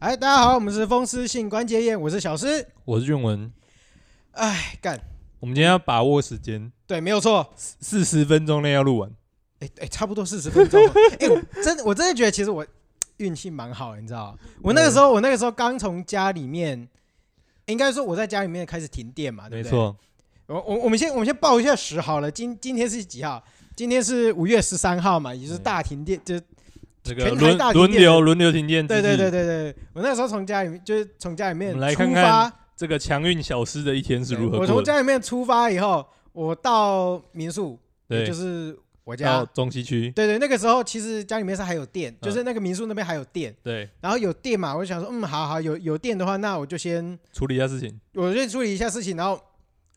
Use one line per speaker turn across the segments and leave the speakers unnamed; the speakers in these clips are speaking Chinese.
哎，大家好，我们是风湿性关节炎，我是小诗。
我是俊文。
哎，干，
我们今天要把握时间，
对，没有错。
四十分钟内要录完。
哎哎，差不多四十分钟了。 哎，我真我真的觉得其实我运气蛮好的，你知道吗？我那个时候，我那个时候刚从家里面，应该说我在家里面开始停电啊嘛，对
没
不对？
错，
我我我们先我们先报一下时好了，今今天是几号？今天是五月十三号嘛，也就是
嗯
大停电，就是
这个
全台
轮
大停
轮
电
流轮流停电之
对
际。
对对对对。我那时候从家里面就是从家里面
我们来
出
看看
发
这个强运小师的一天是
对
如何
我从
过的？
家里面出发以后，我到民宿，也
对哦
就，是我
到
家。
中西区。
对对，那个时候其实家里面是还有
嗯
电，就是那个民宿那边还有电，
对，
然后有电嘛，我就想说，嗯，好好，有有电的话，那我就先
处理一下事情。
我先处理一下事情，然后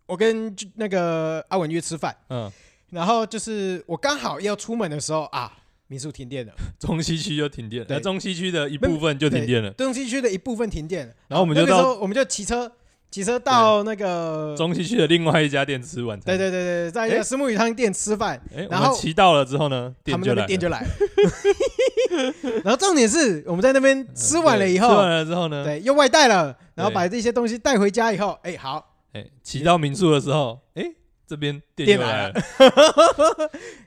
我跟那个阿文约吃饭，
嗯，
然后就是我刚好要出门的时候啊，民宿停电了，
中西区就停电了，
对
那中西区的一部分就停电了。
东西区的一部分停电了，
然后嗯我们就
那个时
到
候我们就骑车骑车到那个，
中西区的另外一家店吃晚餐。
对对对对，在一个
诶
石木鱼汤店吃饭，
对哎，
然
我们
后
骑到了之后呢，
他
店
们
就
那
来
边店
了。嗯
就来了， 然后重点是我们在那边
嗯
吃完了
对
以
吃完
后，
了之后呢，
对，又外带了，然后
对
把这些东西带回家以后，哎，好，
哎，骑到民宿的时候，哎，这边
店
店又
来
来了。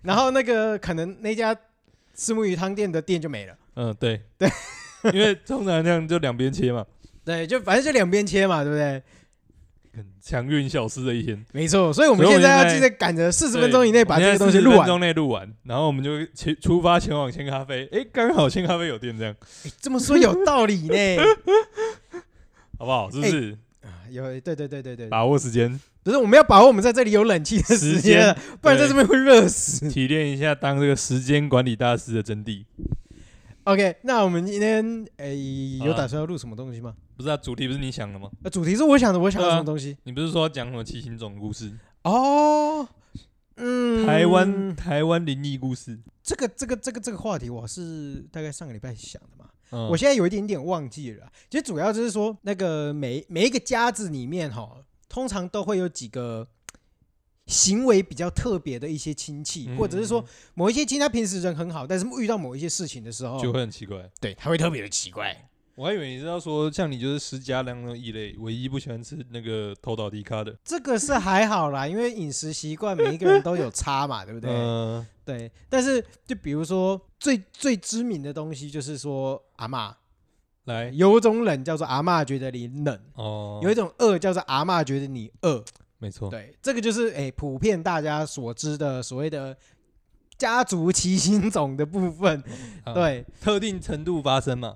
然后那个可能那家吃木鱼汤店的店就没了，
嗯，对对，因为通常那样就两边切嘛。
对，就反正就两边切嘛，对不对？
强运小师的一天，
没错，所以我们
所以
现
我们
在要
现在
记得赶着四十分钟以内把这个东西
40
录
分
完。
钟内录完，然后我们就前出发前往千咖啡。哎，刚好千咖啡有店，这样
哎这么说有道理 呢，
好不好？是不是？
啊有对对对对对，
把握时间，
不是我们要把握我们在这里有冷气的时
时
间了，不然在
对
这边会热死。
体验一下当这个时间管理大师的真谛。
OK，那我们今天哎有
好啊
打算要录什么东西吗？
不是啊，主题不是你想的吗？
呃，主题是我想的，我想的
对啊
什么东西？
你不是说讲什么七星种故事？
哦，嗯，
台湾台湾灵异故事。
这个这个这个这个话题，我是大概上个礼拜想的嘛，
嗯
我现在有一点点忘记了啊。其实主要就是说，那个每每一个家子里面哈，通常都会有几个行为比较特别的一些亲戚，
嗯
或者是说某一些亲戚他平时人很好，但是遇到某一些事情的时候，
就会很奇怪。
对他会特别的奇怪。
我还以为你是要说像你就是施家当中异类，唯一不喜欢吃那个头倒地咖的。
这个是还好啦，因为饮食习惯每一个人都有差嘛，对不对？
嗯，
对，但是就比如说最最知名的东西，就是说阿嬷，
来
有种冷叫做阿嬷觉得你冷，
哦，
有一种饿叫做阿嬷觉得你饿。
没错，
对，这个就是诶、普遍大家所知的所谓的家族七星种的部分。
啊，
对，
特定程度发生嘛。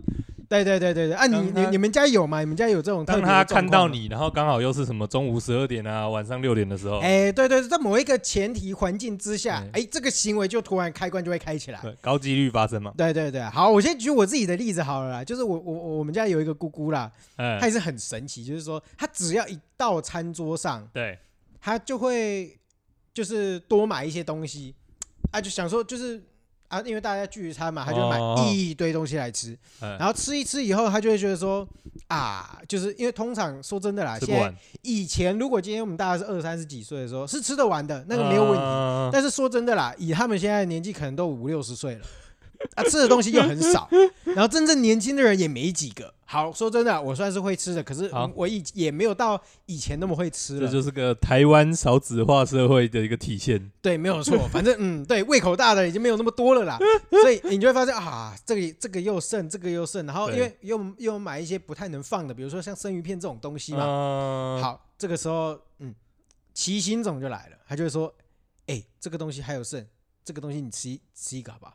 对对对对对。啊，你
当
你
他
你们家有吗？你们家有这种特
当
别的
他
状
看到
况吗。
你，然后刚好又是什么中午十二点啊，晚上六点的时候，
哎、对对，对在某一个前提环境之下，哎、
对
这个行为就突然开关就会开起来。
对，高几率发生嘛。
对对对，好，我先举我自己的例子好了啦，就是我我我我们家有一个姑姑啦，
哎
他，也是很神奇，就是说他只要一到餐桌上，
对，
他就会就是多买一些东西，啊，就想说就是啊，因为大家聚餐嘛，他就买
哦哦哦
一堆东西来吃，
哎
然后吃一吃以后，他就会觉得说啊，就是因为通常说真的啦，啊
吃
现在
不完，
以前如果今天我们大概是二三十几岁的时候，是吃得完的，那个
嗯
没有问题。
题。
但是啊说真的啦，以他们现在的年纪，可能都五六十岁了，啊，吃的东西又很少， 然后真正年轻的人也没几个。好，说真的，我算是会吃的，可是
好
我以也没有到以前那么会吃
这
了。
就是个台湾少子化社会的一个体现。
对，没有错，反正嗯，对，胃口大的已经没有那么多了啦，所以你就会发现啊，这个这个又剩，这个又剩，然后因
对
为又又买一些不太能放的，比如说像生鱼片这种东西嘛。
嗯，
好，这个时候嗯，齐心总就来了，他就会说，哎、这个东西还有剩，这个东西你吃一吃一个好不好？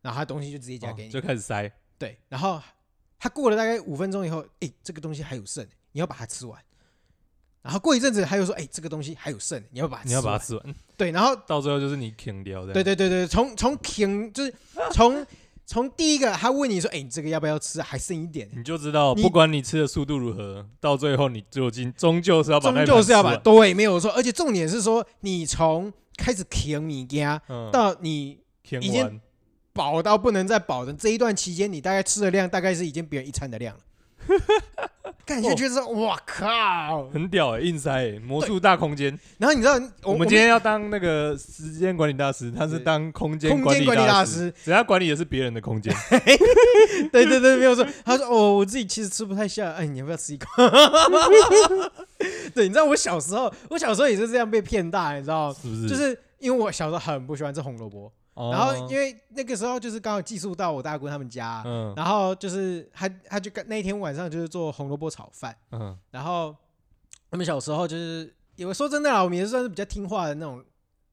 然后他东西就直接夹给
哦
你，
就开始塞。
对，然后他过了大概五分钟以后，哎、这个东西还有剩，你要把它吃完。然后过一阵子，他又说：“哎、这个东西还有剩，你要把它
你
吃
要
完。
把它吃完，
对，然后
到最后就是你啃掉的。
啊对，对对对，从从停就是从从第一个他问你说，哎、你这个要不要吃？还剩一点，
你就知道，
你
不管你吃的速度如何，到最后你究竟终究是要把
终
那一
究
盘
是要
吃
把
完
对没有错，而且重点是说，你从开始停你家
嗯
到你
啃
已经
完。
饱到不能再饱的这一段期间，你大概吃的量大概是已经别人一餐的量了。看你就觉得说，哇靠！
很屌哎、硬塞哎、魔术大空间。
然后你知道，
我们今天要当那个时间管理大师，他是当空间
空间
理
管理大
师，
师，
只要管理的是别人的空间。
对对对，没有错。他说：“哦，我自己其实吃不太下，哎，你要不要吃一口？”对，你知道我小时候，我小时候也是这样被骗大，你知道，
是不是？
哦就是因为我小时候很不喜欢吃红萝卜，
哦，
然后因为那个时候就是刚好寄宿到我大姑他们家，
嗯
然后就是他他就那一天晚上就是做红萝卜炒饭，
嗯
然后我们小时候就是，因为说真的啦，我们也算是比较听话的那种，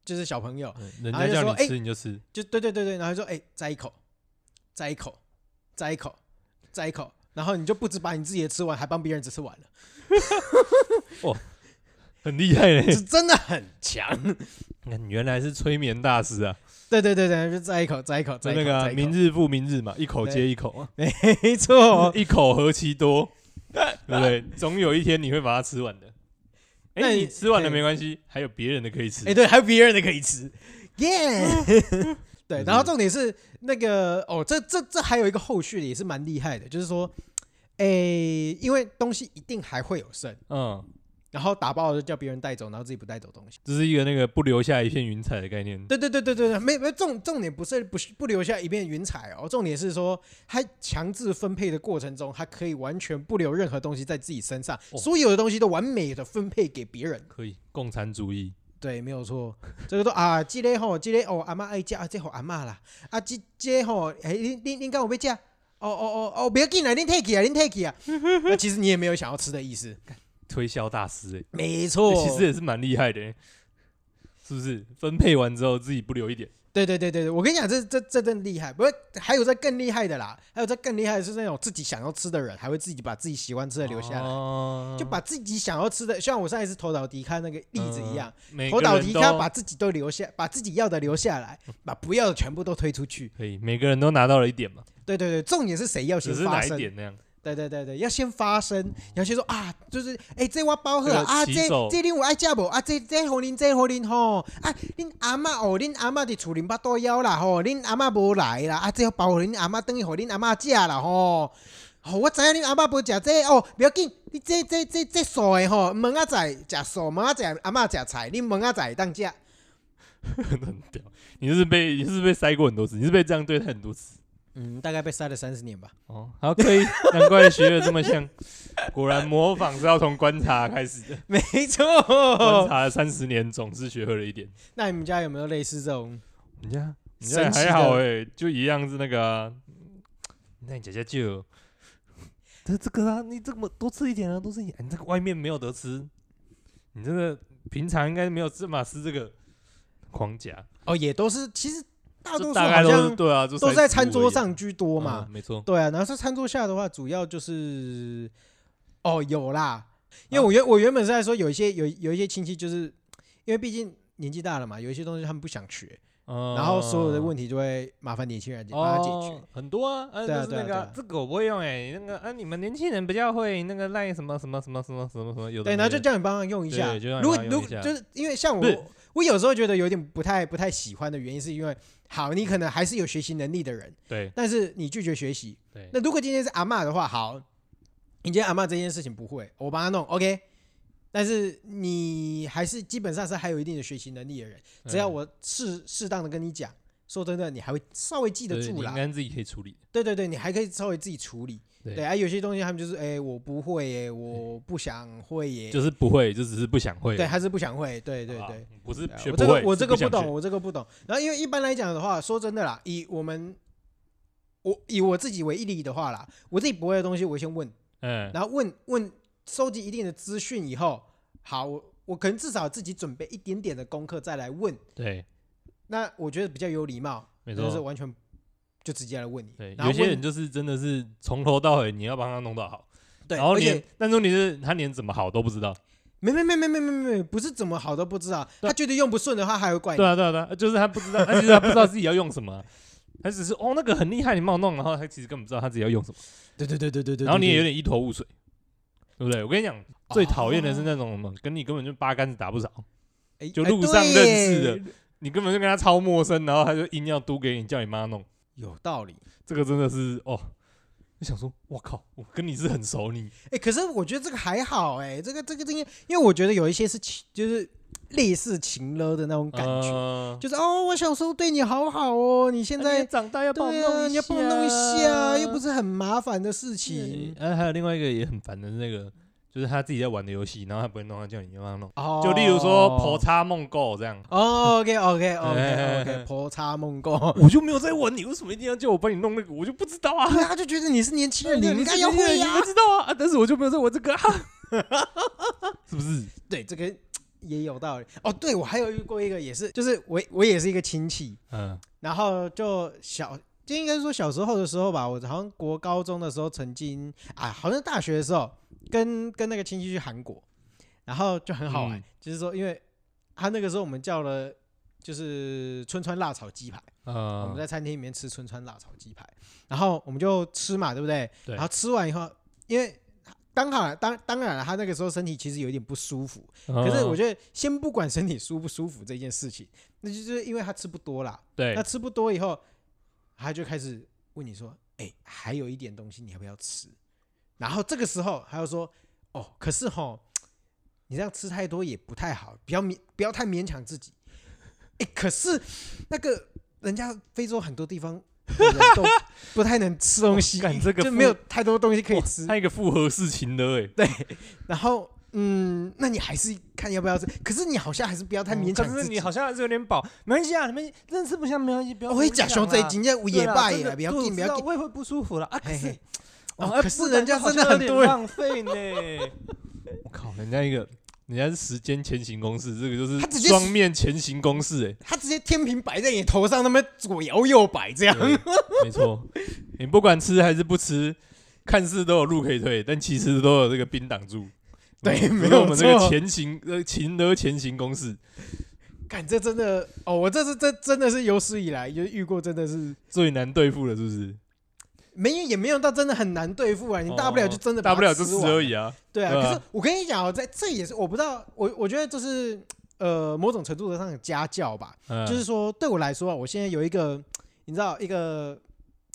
就是小朋友，
嗯，
然
人
后
家
就
叫
说哎
你吃你就吃，
就对对对对，然后就说哎、摘一口，摘一口，摘一口，摘一口，然后你就不止把你自己的吃完，还帮别人只吃完了，
很厉害嘞、
是真的很强。
看原来是催眠大 师啊，
对对对对，就摘一口，摘一口，
就
摘一
那
口，
个 啊
摘一口
明日复明日嘛，一口接一口 啊，
没错。
一口何其多， 对不对？总有一天你会把它吃完的。
那
哎，
你
你吃完了
哎
没关系，还有别人的可以吃
哎、。对，还有别人的可以吃，耶、 对，
是
然后重点是那个哦，这这这还有一个后续也是蛮厉害的，就是说，哎、因为东西一定还会有剩，
嗯，
然后打包了就叫别人带走，然后自己不带走东西。
这是一个那个不留下一片云彩的概念。
对对对对对对，没没重重点不是不是不留下一片云彩哦，重点是说他强制分配的过程中，他可以完全不留任何东西在自己身上，
哦
所有的东西都完美的分配给别人。
可以，共产主义。
对，没有错。这个都啊，这个吼，这个哦，阿妈爱食，啊，这给阿妈啦。啊，这这个吼，哎，恁恁恁敢有要食？哦哦哦哦，不要进来，恁退去啊，恁退去啊。那其实你也没有想要吃的意思。
推销大师、欸，
没错，
其实也是蛮厉害的、欸，是不是？分配完之后自己不留一点，
对对对对对，我跟你讲，这这这真厉害。不过还有在更厉害的啦，还有在更厉害的是那种自己想要吃的人，还会自己把自己喜欢吃的留下来，
哦
就把自己想要吃的，像我上一次投倒迪卡那个例子一样，，
嗯每
投
个
倒
人
迪
都
卡把自己都留下，把自己要的留下来，把不要的全部都推出去。
可以，每个人都拿到了一点嘛，
对对对，重点是谁要先
只是
发
哪一
声？
点那样。
对对对对，要先发声，你要先说啊，就是哎、这我包喝
这个
啊，
骑
这
手
这令我爱食无啊，这这互恁这互恁吼，啊，恁阿嬷哦，恁阿嬷伫厝里巴肚枵啦吼，恁阿嬷无来啦，啊，这包互恁阿嬷等于互恁阿嬷食啦吼。吼、我知影恁阿嬷无食这哦，不要紧，你这这这这素的吼，明仔载食素，明仔载阿嬷食菜，恁明仔载会当食。
很屌，你是被你是被塞过很多次，你是被这样对待很多次
嗯，大概被塞了三十年吧。
哦。好，可以， 难怪学的这么像，果然模仿是要从观察开始的，
没错。哦
观察了三十年，总是学会了一点。
那你们家有没有类似这种？
人家人家
神奇
还
的
好哎、就一样是那个、啊，那你姐姐就，这这个啊，你这么多吃一点啊，多吃一点、你这个外面没有得吃，你这个平常应该没有芝麻吃这个狂夹，
哦，也啊都是，其实大多
就
数
大概
好
都是
像
对啊，就
都
塞
在
食
餐
物
桌
而已啊
上居多嘛
嗯。没错，
对啊，然后在餐桌下的话，主要就是哦有啦，因
啊
为我原我原本是在说有一些有有一些亲戚，就是因为毕竟年纪大了嘛，有一些东西他们不想学，然
然
后所有的问题就会麻烦年轻
哦
人帮他解决。
很多啊，啊，
对啊
就是那
对啊对
个
啊
啊这个我不会用哎，那个啊，你们年轻人比较会那个赖什么什么什么什么什么什么，有的
对，然后
没
就
的
叫你帮他用一下
对就。让你
如果
帮他
如
用
果
一下
就是因为像
不是
我，我有时候觉得有点不太不太喜欢的原因，是因为好，你可能还是有学习能力的人，
对
但是你拒绝学习，
对，
那如果今天是阿嬷的话，好，你今天阿嬷这件事情不会，我帮她弄，OK。但是你还是基本上是还有一定的学习能力的人，只要
嗯
我适适当的跟你讲，说真的，你还会稍微记得
对
住
你
啦
应。该自己可以处理。
对对对，你还可以稍微自己处理。
对
对啊，有些东西他们就是，哎，我不会耶，我不想会耶，
就是不会，就只是不想会。
对，还是不想会。对对
好吧
对，，
不是
对啊
学
我
不
这个
会，
我
是
这个
想
不懂，
学。
我这个不懂。然后因为一般来讲的话，说真的啦，以我们我以我自己为例的话啦，我自己不会的东西，我会先问。
嗯，
然后问问收集一定的资讯以后，好，我我可能至少自己准备一点点的功课再来问，
对，
那我觉得比较有礼貌，
没
就是
错。
完全就直接来问你，
对，
然后
有些
问
人就是真的是从头到尾你要帮他弄到好，
对，
然后
而
连
且
但重点是他连怎么好都不知道。
没没没没没没没，不是怎么好都不知道，
对
他觉得用不顺的话还会怪你
对，啊，对啊，对啊，就是他不知道，他其实他不知道自己要用什么啊，他只是哦那个很厉害，你帮我弄，然后他其实根本不知道他自己要用什么，
对对对对对对，
然后你也有
点
点一头雾水，对不对？我跟你讲，最讨厌的是那种什么，跟你根本就八竿子打不着，
哎
就路上认识的，你根本就跟他超陌生，然后他就硬要嘟给你，叫你妈弄。
有道理，
这个真的是哦，就想说，我靠，我跟你是很熟你，
哎、可是我觉得这个还好哎、这个这个这个，因为我觉得有一些是情，就是类似情勒的那种感觉，
呃
就是哦，我小时候对你好好哦，你现
啊
在
你也长大要帮我
对
弄
啊，
一
你要帮我弄一下，又不
是
是很麻烦的事情。
呃，还有另外一个也很烦的那个，就是他自己在玩的游戏，然后他不会弄，他叫你帮他弄。
哦，
就例如说《婆叉梦购》这样，
哦，OK OK OK
哎
哦 OK，婆叉梦 购。
我就没有在玩，你为什么一定要叫我帮你弄那个？我就不知道啊。
对啊，就觉得你是年轻人，你
对
应该
是
要
年轻人
会
哎你
呀
们。知道啊啊，但是我就没有在玩这个啊， 是不 是？
对，这个也有道理。哦，对，我还有遇过一个，也是，就是我我也是一个亲戚，
嗯，
然后就小，就应该是说小时候的时候吧，我好像国高中的时候曾经啊，好像大学的时候跟跟那个亲戚去韩国，然后就很好玩，
嗯
就是说，因为他那个时候我们叫了就是春川辣炒鸡排，我们
呃，
在餐厅里面吃春川辣炒鸡排，然后我们就吃嘛，对不对？
对
然后吃完以后，因为当然当当然了，他那个时候身体其实有一点不舒服，可是我
就
觉得先不管身体舒不舒服这件事情，那就是因为他吃不多啦。
对
那，吃不多以后，他就开始问你说：“哎、还有一点东西，你要不要吃？”然后这个时候他又说：“哦，可是吼，你这样吃太多也不太好，不要勉不要太勉强自己。哎，可是那个人家非洲很多地方的人都不太能吃东西，
哇 干这个
就
父
没有太多东西可以
哇
吃。
他一个复合式情的哎，
对，然后嗯，那你还是看要不要吃。可是你好像还是不要太勉强
哦嗯可
自
是
己
你。好像还是有点饱，没关系啊，你们认识不像没关系，不要
我
勉强
会
啊。
讲熊这一斤，要
对
也
啦
罢
真
也
的
啦，不要
对我
紧，不
知
要
道
紧。
我也会不舒服了啊。可
嘿
是
嘿，哦
哎
可是
不然
人家
好
真的
像
很
有点
多人
浪 费呢。我靠，人家一个，人家是时间前行公式，这个就是
他直接
双面前行公式，哎，
他直接天平摆在你头上，那么左摇右摆这样。
对没错，你不管吃还是不吃，看似都有路可以退，但其实都有这个冰挡住。嗯
对
这是
没有
我们这个
错
前行呃勤而前行公式
感这真的哦，我这是这真的是有史以来就遇过，真的是
最难对付了，是不是？
没有也没有到真的很难对付啊，你大不了就真的
哦大不了就
吃
吃而已
啊。
啊。
对啊，
对啊
可是我跟你讲哦，在这也是我不知道，我我觉得这是呃某种程度上的家教吧，
嗯
就是说对我来说啊，我现在有一个你知道一个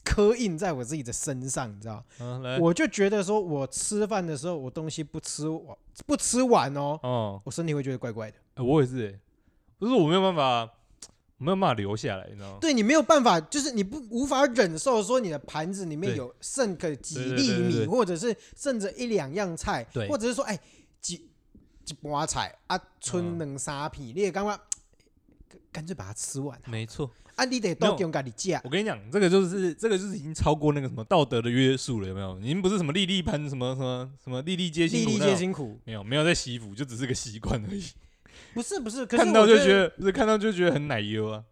刻印在我自己的身上，你知道，
嗯来
我就觉得说我吃饭的时候我东西不吃完不吃完哦，
哦，
我身体会觉得怪怪的。
欸我也是、欸，就是我没有办法，我没有办法留下来，你知道吗？
对你没有办法，就是你不无法忍受说你的盘子里面
对
有剩个几
对对
粒
对对对
米，或者是剩着一两样菜
对，
或者是说哎几几盘菜啊，剩
嗯
两三片，你也干嘛？干脆把它吃完
没错，
啊！你得
没
到
有
用家己吃，
我跟你讲，这个就是这个就是已经超过那个什么道德的约束了，有没有？已经不是什么粒粒盘什么什么什么粒粒皆辛
粒
苦
粒
那
皆
种，
辛苦。
没有没有在习服，就只是个习惯而已。
不是不是，可是
看到
我
就
得
觉得不是看到就觉得很奶油啊，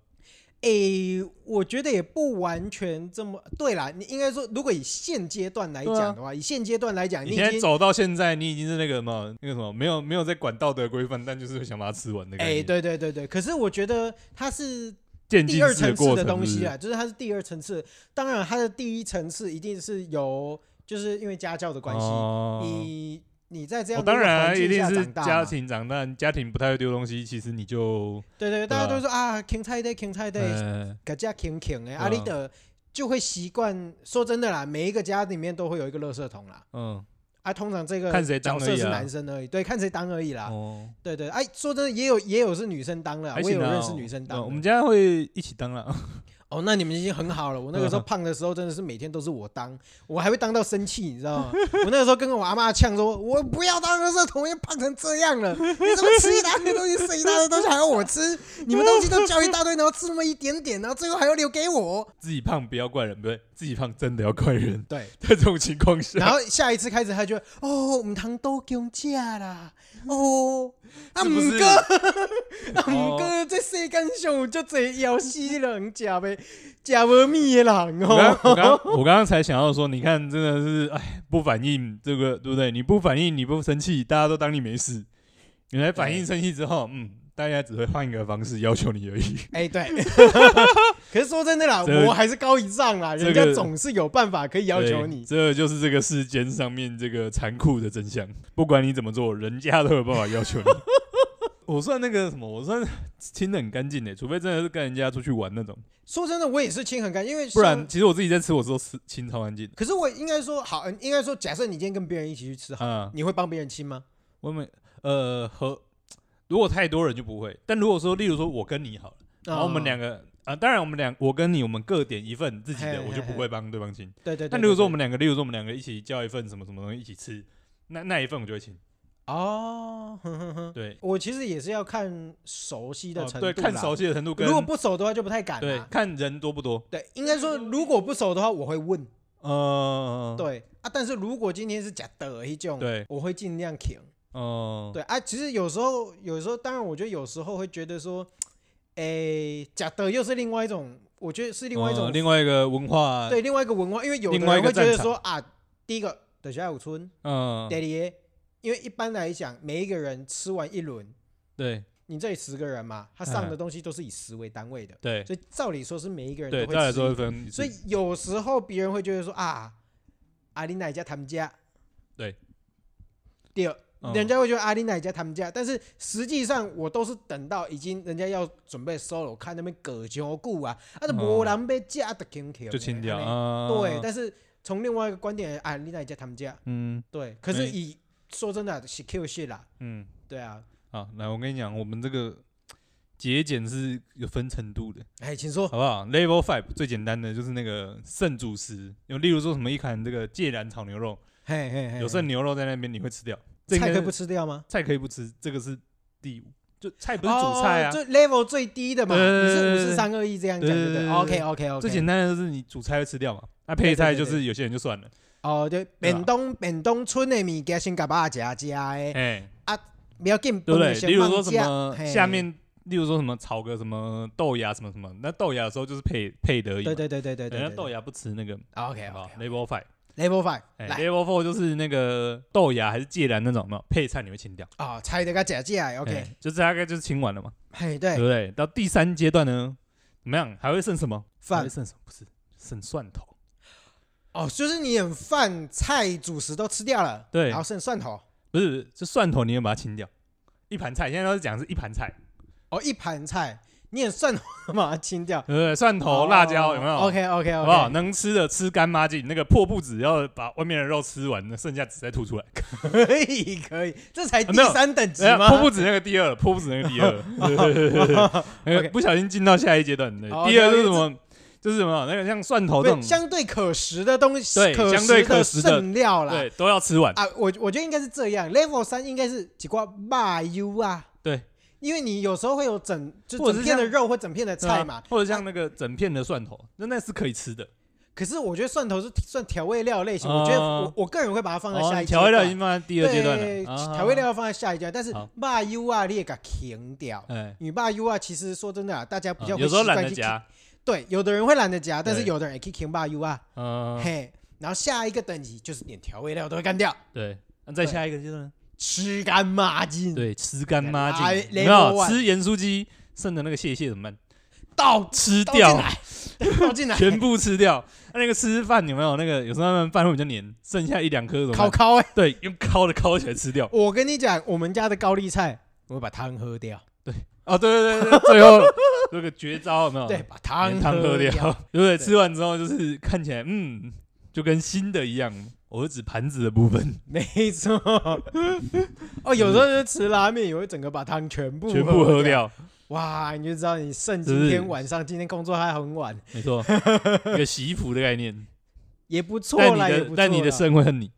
诶、我觉得也不完全这么对啦。你应该说，如果以现阶段来
对啊
讲的话，以现阶段来讲，
你
哎你已
现在
经
走到现在，你已经是那个什么那个什么没有没有在管道德规范，但就是想把它吃完的。
诶、，哎对对对对。可是我觉得它是
渐进
第二
式
层
过
次
程
的东西
是不是
啊，就是它是第二层次。当然，它的第一层次一定是由，就是因为家教的关系，
哦
你你在这
我
样的
当
一个
然啊
环
一
境
定
下
是
长大嘛，
家庭长大，家庭不太会丢东西，其实你就
对对，对大家
对
都
啊
会说啊，芹菜的芹菜的，
呃
各家芹芹的，啊，
对
你
啊
的就会习惯。说真的啦，每一个家里面都会有一个垃圾桶啦。
嗯
啊，通常这个
看谁当
角
而
色
已
是
啊
男生而已，对，看谁当而已啦。
哦，
对对，哎，说真的，也有也有是女生当了，
还
我也
行
有
啊
认识女生当
嗯
的。
我们家会一起 当了，
哦，那你们已经很好了。我那
嗯
个时候胖的时候，真的是每天都是我当，我还会当到生气，你知道吗？ 我那个时候跟我阿妈呛说：“我不要当垃圾桶，又胖成这样了，你怎么吃一大堆东西，剩一大堆东西还要我吃？你们东西都叫一大堆，然后吃那么一点点，然后最后还要留给我。
自己胖不要怪人，不对，自己胖真的要怪人”。
对，
在这种情况
然
下，
后下一次开始，他就哦，我们堂都降价啦，哦，啊
是不
唔
是哦
过 啊唔过，这世间上有足侪枵死人食袂食无米的人
我刚
哦。
我刚我刚刚才想要说，你看，真的是哎，不反应这个对不对？你不反应，你不生气，大家都当你没事。你来反应生气之后，嗯，大家只会换一个方式要求你而已。
哎、 对，可是说真的啦，
这个
我还是高一丈啦，人
这
家
个
总是有办法可以要求
对
你。
这就是这个世间 上面这个残酷的真相。不管你怎么做，人家都有办法要求你。
我算那个什么，我算清的很干净的，欸除非真的是跟人家出去玩那种，
说真的，我也是清很干，因为
不
像
然其实我自己在吃，我都吃清超干净的。
可是我应该说好，嗯应该说，假设你今天跟别人一起去吃，好，
啊，
你会帮别人清吗？
我们呃和如果太多人就不会，但如果说例如说我跟你好了，
哦
然后我们两
个，
个啊、当然我们两我跟你我们各点一份自己
嘿
的，
嘿
我就
嘿
不会帮对方清。
对对对。
但如果说我
对
们两个，例如说我们两个一起叫一份什么什么东西一起吃，那那一份我就会清。
哦，哼哼哼，
对，
我其实也是要看熟悉的
哦
程度、
对，看熟。悉的程度跟
如果不啊熟的话，就不太敢
对
啦。
看人多不多。
对，应该说，如果不熟的话，我会问。
嗯，
对啊，但是如果今天是假的一种，
对
我会尽量挺。
嗯，
对啊，其实有时候，有时候，当然，我觉得有时候会觉得说，诶，假的又是另外一种，我觉得是另外一种
嗯另外一个文化，
对另外一个文化，因为有的
另外
人
一个
会觉得
战场
说啊，第一个等下有村
嗯，
爹爹，因为一般来讲，每一个人吃完一轮，
对
你这里十个人嘛，他上
嗯
的东西都是以十为单位的，
对
所以照理说是每一个人
对，
都
再来
会吃
说一
一，
份，
所以有时候别人会觉得说啊，阿林奶家他们家，
对，
第二。
嗯
人家会觉得阿啊林奶家他们家，但是实际上我都是等到已经人家要准备收了，我看那边葛久固啊，啊，都无人被架的轻轻的，
就清掉
这样
啊。
对，，但是从另外一个观点，啊，你哪一家他们家？
嗯
对，可是
没
以说真的是 Q shit 啦，
嗯，
对啊。
好，来我跟你讲，我们这个节俭是有分程度的，
哎，请说。
好不好？Level Five 最简单的就是那个剩主食，有例如说什么一砍这个芥兰炒牛肉，
嘿嘿嘿，
有剩牛肉在那边你会吃掉，这应该
哎菜
是
可以不吃掉吗？
菜可以不吃，这个是第五，就菜不是主菜啊
哦，最 level 最低的嘛，你
对对对
是
对
五
对
四三二一这样讲对不
对对
对
对
？OK OK OK，
最简单的就是你主菜会吃掉嘛，那
对
配
对
菜
对
就
对
是有些人就算了，
哦，
啊
就便当便当村的物件先给爸家家的，
哎，
不要紧，
对不对？
先
例如
放
说什
假
么
嘿
下面，例如说什么炒个什么豆芽什么什么，那豆芽的时候就是配配的而已嘛，
对对对对对对，
人家哎豆
芽
芽不吃那个，
OK
好
OK
，Level Five。
level five
哎
来
，Level Four 就是那个豆芽还是芥兰那种，有没有配菜你会清掉。
哦，菜的个假假的 OK，哎
哎就是大概就是清完了嘛，
嘿
对
对
不对？到第三阶段呢，怎么样？还会剩什么？还
饭
会剩什么？不是剩蒜头。
哦，就是你很饭菜主食都吃掉了，
对
然后剩蒜头，
不是，就蒜头你也把它清掉。一盘菜，现在都是讲是一盘菜，
哦，一盘菜，你很蒜头把它清掉，
对不对？蒜
哦
头、辣椒有没有
OK OK
好不好？
OK，
能吃的吃干抹净，那个破布子要把外面的肉吃完，那剩下只再 吐出来。
可以可以，这才第
没有
三等级
哎呀
吗？
破布子那个第二，破布子那个第二， 那
OK
个不小心进到下一阶段。对
哦，
第二
了解
是什么？就是什么那个像蒜头这
不
种
是，相对可食的东西，
对
食
相对可食的
剩料啦。
对，都要吃完。
啊，我我觉得应该是这样，Level 三应该是几挂麻油啊，
对，
因为你有时候会有整就
或者
整
是
片的
像
肉或整片的
对啊
菜嘛，
或者像那个整片的蒜头，那那是可以吃的。
可是我觉得蒜头是算调味料类型，
哦
我觉得我我个人会把它放在下
哦，
一阶
调味料
段
已经放在第二阶段
对
了。啊
调味，料要放在下一阶段，但是
好
麻油啊，你也给它停掉。
哎，
你麻油啊，其实说真的啊，大家比较
嗯
会
有时候
习惯
懒得
去
夹，
停，对，有的人会懒得夹，但是
对
有的人也可以停麻油啊，
嗯，
嘿。然后下一个等级就是连调味料都会干掉，
对。那再
对
下一个阶段呢，
吃干抹净，
对，吃干抹净
哎，
有没
level
有
one
吃盐酥鸡剩的那个蟹蟹怎么办？
倒
吃
倒进
掉，
来， 倒进来，
全部吃掉。那那个吃饭有没有？那个有时候他们饭会比较黏，剩下一两颗怎么
烤
办？
烤哎、
对，用烤的烤起来吃掉。
我跟你讲，我们家的高丽菜，我会把汤喝掉，
哦，对 对对对，最后这个绝招有没有？
对，，把
汤
汤
嗯汤喝掉
掉。，
对不对？吃完之后就是看起来，嗯，就跟新的一样。我是指盘子的部 分，
没错。哦，有时候就吃拉面，也会整个把汤全部
全部喝。掉，
哇，你就知道你剩
是
今
不
天
是
晚上，今天工作还很晚，
没错，一个洗衣服的 概念。
也不错
但你
啦，也不错啦。
的但你的肾会恨你，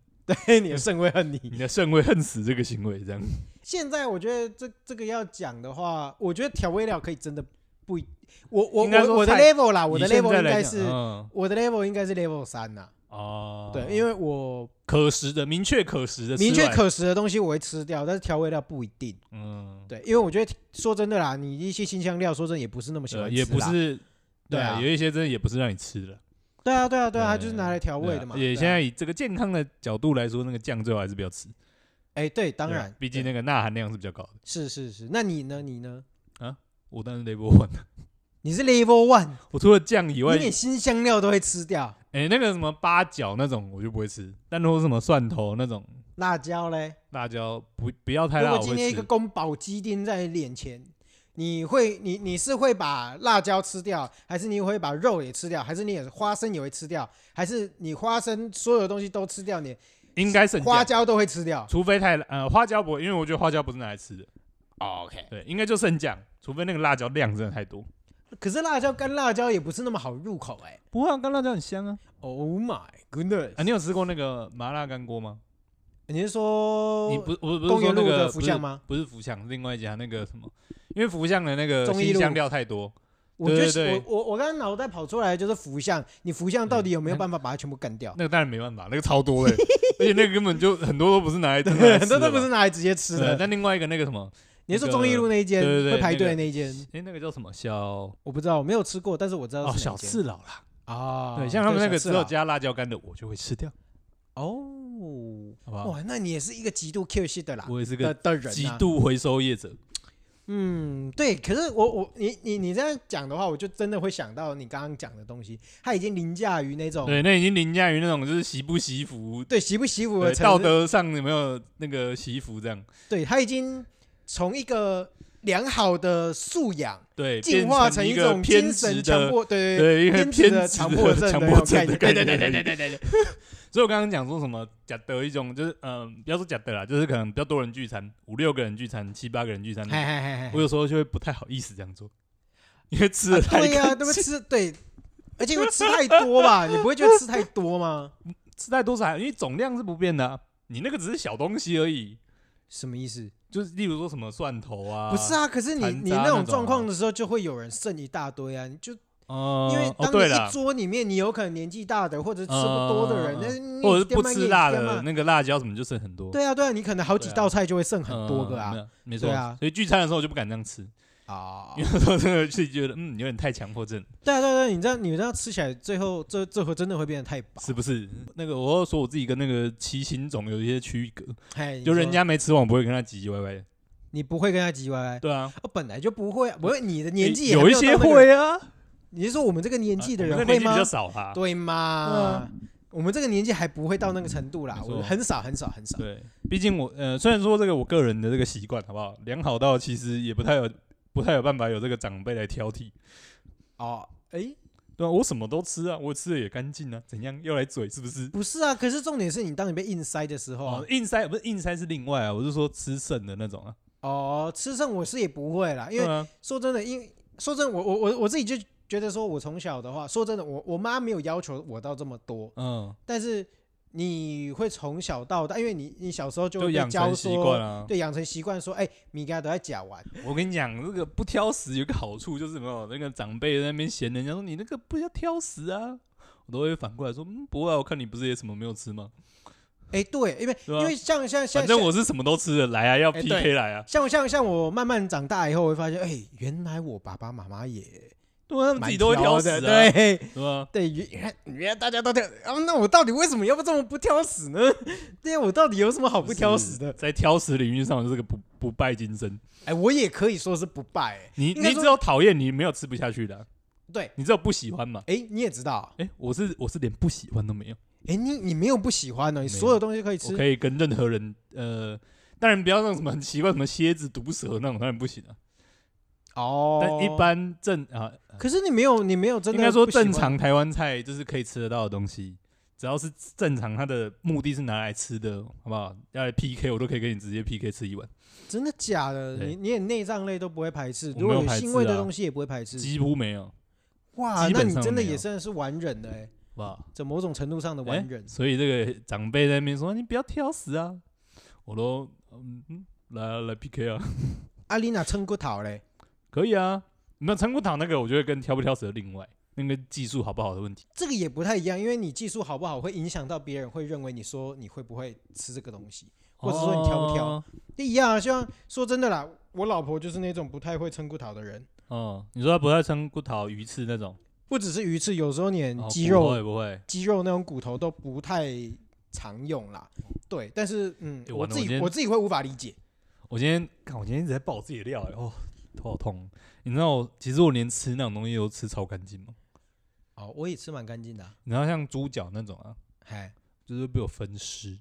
对 你的肾会恨你。
你的肾会恨死这个行为，这样。
现在我觉得这这个要讲的话，我觉得调味料可以真的不一，我我
应该
我
说
我的
菜
level 啦，我的
以现
level
在
应
来
该
讲
是
嗯
我的 level 应该是 level 三呐。
哦，
对，因为我
可食的，明确可食的，
明确，可食的东西我会吃掉，但是调味料不一定。
嗯，
对，因为我觉得说真的啦，你一些新香料，说真的也不是那么喜欢
呃
吃啦，
也不是，
对
对
啊
啊，有一些真的也不是让你吃的，
对啊，对啊，对啊，
呃
它就是拿来调
调
味的嘛。对
也
啊
现在以这个健康的角度来说，那个酱最好还是不要吃，
哎，对，当
对啊
然，
毕竟
对
那个钠含量是比较高的。
是是是。那你呢？你呢？
我当然 level one，
你是 level one，
我除了酱以外
你，连新香料都会吃掉。
哎、那个什么八角那种我就不会吃，但如果什么蒜头那种，
辣椒嘞？
辣椒不不要太
如
辣，
果
我
今
会
天一个
吃。
宫保鸡丁在你脸前，你会你你是会把辣椒吃掉，还是你会把肉也吃掉，还是你也花生也会吃掉，还是你花生所有东西都吃掉，你
应该是
花椒都会吃掉？
除非太辣呃花椒不会，因为我觉得花椒不是拿来吃的。
OK，
对，应该就剩酱，除非那个辣椒量真的太多。
可是辣椒干辣椒也不是那么好入口哎、
不会啊，干辣椒很香啊！
Oh my goodness！、
啊，你有吃过那个麻辣干锅吗？
你是说
你不，我不是
公
说
园
那
路
个
的福
不是
祥吗？
不是福祥，另外一家那个什么，因为福祥的那个
中义
新
路
香料太多，
我觉得
对对
我我我刚刚脑袋跑出来就是福相，你福相到底有没有
嗯
办法把它全部干掉？
那个当然没办法，那个超 多的，而且那个根本就很多都不是拿来真的拿来吃
很
的
多
吧，
都不是拿来直接吃
对
的。
但另外一个那个什么，
你是说中义路那一间
对对对
会排队的
那个
那一间？
哎，那个叫什么小
我不知道，我没有吃过，但是我知道
哦
是哪
小
一间
赤佬啦，
啊。
对，像他们那个只有
小赤佬
加辣椒干的，我就会吃掉，
哦，
好不好？
哇，那你也是一个极度 Q 系的啦
我也是
的
个
的人啊
极度回收业者，
嗯，对，可是我我你你你这样讲的话，我就真的会想到你刚刚讲的东西，它已经凌驾于那种
对，那已经凌驾于那种就是习不习服，
对习不习服的
对，
程
道
度
德上有没有那个习服这样？
对他已经从一个良好的素养
对，
进
变
化
成
一
个
种
偏
精神
执
强
的，
迫，对
对，一个
偏
偏执
的强迫症
强
的
迫
那种概
症的
念，对
概念
对对对对对对对，
所以我刚刚讲说什么假的一种，就是嗯、呃不要说假的啦，就是可能比较多人聚餐，五六个人聚餐，七八个人聚餐，
嗨嗨嗨
我
嗨，
有时候就会不太好意思这样做，因为吃的太
对呀，
干
对
净
不吃对，而且会吃太多吧？你不会觉得吃太多吗？
吃太多少，因为总量是不变的、啊，你那个只是小东西而已，
什么意思？
就是例如说什么蒜头啊，
不是啊，可是你
残
你
渣
那
那
种
种
状
啊
况的时候，就会有人剩一大堆啊，你就
哦，
因为
哦
当
对
你
了
一。桌里面，你有可能年纪大的或者吃不多的人，
嗯嗯嗯嗯
但是你
或者是不
干嘛
吃
也
辣
干
的
嘛
那个辣椒什么就剩很多，
对啊对啊，你可能好几
对啊
道菜就会剩
嗯，
很多个啊
没有，没错
对啊
所以聚餐的时候我就不敢这样吃，
啊
因为有时候真的自己觉得嗯有点太强迫症，
对啊对啊对啊，你这样你这样吃起来，最后这最后真的会变得太饱。
是不是？那个我要说我自己跟那个七星种有一些区隔，
哎，
就
你
人
说
家没吃完，我不会跟他唧唧歪歪的。
你不会跟他唧歪歪，
对啊，
我本来就不会啊，我你的年纪也还
有
没
一
到
些
那个，
会啊，
你是说我们这个年纪的
啊
人
我们这
会
年纪比
吗
较？少啦。
对嘛
啊？
我们这个年纪还不会到那个程度啦，
没错
我很少很少很少。
对，毕竟我呃，虽然说这个我个人的这个习惯好不好，良好到其实也不太有不太有办法有这个长辈来挑剔。
哦，哎，
对啊，我什么都吃啊，我吃的也干净啊，怎样要来嘴是不是？
不是啊，可是重点是你当你被硬塞的时候啊
哦，，硬塞不是硬塞是另外啊，我是说吃剩的那种啊，
哦，吃剩我是也不会啦，因为
对啊
说真的，因为说真的，我我我我自己就觉得说，我从小的话，说真的，我我妈没有要求我到这么多，
嗯，
但是你会从小到大，因为你你小时候就
就
会
养
被教
成习惯
说，
啊。
对，养成习惯说，哎、米给他都在夹完，
我跟你讲，这个不挑食有一个好处就是什么？那个长辈在那边嫌人家说你那个不要挑食啊，我都会反过来说，嗯，不会、啊，我看你不是也什么没有吃吗？
哎、对，因为、
对啊
因为像像像
反正我是什么都吃的，来啊，要
哎
PK 来啊，
像像像我慢慢长大以后，我会发现，哎、原来我爸爸妈妈也
对啊，他们自
蛮
己都会
挑
挑食啊，
的，对。
对吧？
对，原原来原来大家都挑，啊，那我到底为什么要不这么不挑食呢？对呀，我到底有什么好不挑食的？
在挑食领域上，就是个不不败金身。
哎，我也可以说是不败、哎
你
应该
你
说
只有讨厌，你没有吃不下去的啊、
对，
你只有不喜欢嘛。
哎，你也知道，
哎、我是我是连不喜欢都没有，
哎，你你没有不喜欢哦的，你
没有
所有东西可以吃
我。可以跟任何人，呃，当然不要那种什么很奇怪什么蝎子、毒蛇那种，当然不行啊。
哦，
但一，般正啊，
可是你没有，你没有真的
应该说
不喜欢
正。常台湾菜就是可以吃得到的东西，只要是正常，它的目的是拿来吃的，好不好？要来 PK 我都可以跟你直接 PK 吃一碗，
真的假的？
对
你你也内脏类都不会排斥，
我
如果
没有
有
排斥
腥味的
啊
东西也不会排斥。
几乎没有，好
哇，
基
那
本
你
上
真的
没有
也算是完忍的哎，
不好？
在某种程度上的
哎
完忍。
所以这个长辈在那边说你不要挑食啊，我都嗯嗯来啊来 PK 啊，
阿丽娜撑过头嘞，
可以啊。没有成骨糖那个，我觉得跟挑不挑食的另外那个技术好不好的问题。
这个也不太一样，因为你技术好不好会影响到别人会认为你说你会不会吃这个东西，或者说你挑不挑
哦？
一样啊。像说真的啦，我老婆就是那种不太会撑过头的人，
哦，你说他不太称骨头鱼翅那种，
不只是鱼翅，有时候连
哦
鸡
骨头
肉
也不会。
肌肉那种骨头都不太常用啦。对，但是嗯，
欸
我
完了
自
我今
己
天
我自己会无法理解。
我今天看，我今天一直在爆我自己的料、欸，哦，头好痛。你知道我，其实我连吃那种东西都吃超干净嘛。
哦，我也吃蛮干净的啊、
你知道像猪脚那种啊，
嗨，
就是被我分尸，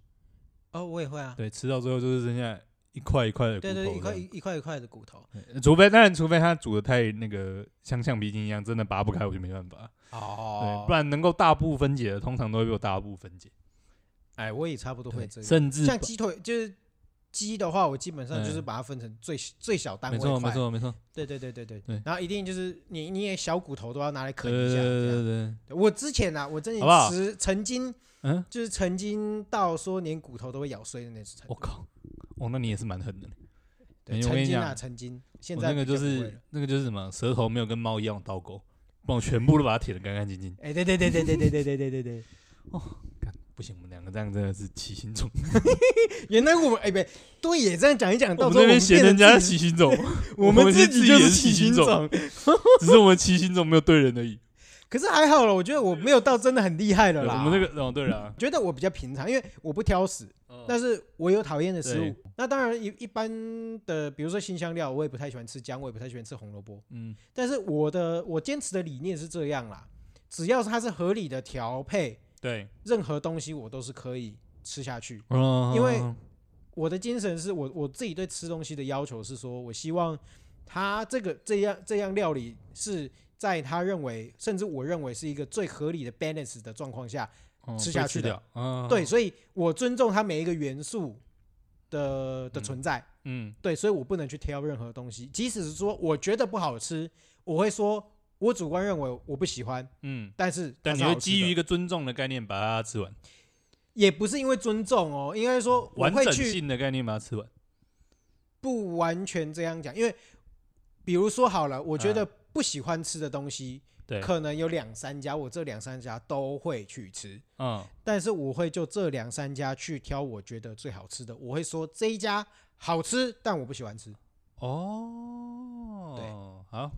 哦，我也会啊，
对，吃到最后就是剩下一块一块的骨
对
头这样。
对，一块一一块一块的骨头。
对除非当然，除非它煮的太那个像橡皮筋一样，真的拔不开，我就没办法。
哦
对，不然能够大部分解的，通常都会被我大部分解，
哎，我也差不多会
对
这样。
甚至
像鸡腿就是鸡的话，我基本上就是
嗯
把它分成最最小单
没
位
错没
块。
错没错，
对对对对对
对
然后一定就是你你也小骨头都要拿来啃
对
一
对
下。这
对
样
对对，
对我之前啊，我真
好不
的
好
吃曾经
嗯，
就是曾经到说连骨头都会咬碎的那种程
我
度。
靠，哦，那你也是蛮狠的。
对，
没有我跟
曾
你
经啊，
讲
曾经，现
我
在
那个
比较
就
不会
是
了。
那个就是什么，舌头没有跟猫一样倒钩，不然我全部都把它舔得干干净净。
哎，对对对对对对对对对对对，
不行，我们两个这样真的是起心种，
原来我们哎不对也这样讲一讲，
我
到
们
时候
那
我
边
们
嫌
变
人
成
家
自己
起心 种，
我
我
们
们
自
是
己
自己
就
也
是
是
起
起
心
心种
种。
只是我们起心种没有对人 而已。
可是还好了，我觉得我没有到真的很厉害了
对
啦。
我们那个哦，对了，
觉得我比较平常，因为我不挑食，
哦
但是我有讨厌的食物
对。
那当然一一般的，比如说新香料，我也不太喜欢吃姜，我也不太喜欢吃红萝卜。
嗯，
但是我的我坚持的理念是这样啦，只要是它是合理的调配，
对，
任何东西我都是可以吃下去。
因
因为
嗯
我的精神是我我自己对吃东西的要求是说，我希望他这个这样这样料理是在他认为，甚至我认为是一个最合理的 balance 的状况下，吃啊下去的
掉，嗯，
对，，所以我尊重它每一个元素的的存在，
嗯，
对，所以我不能去挑任何东西，即使是说我觉得不好吃，我会说我主观认为我不喜欢，
嗯，
但是它
但
是
你
好
会
吃
基于
的
一个尊重的概念把它吃完，
也不是因为尊重哦，应该说我
完
会
整
去
性的概念把它吃完，
不完全这样讲，因为比如说好了，我觉
嗯
得不喜欢吃的东西，
对，
可能有两三家，我这两三家都会去吃，
嗯，
但是我会就这两三家去挑我觉得最好吃的，我会说这一家好吃，但我不喜欢吃。
哦，对，好，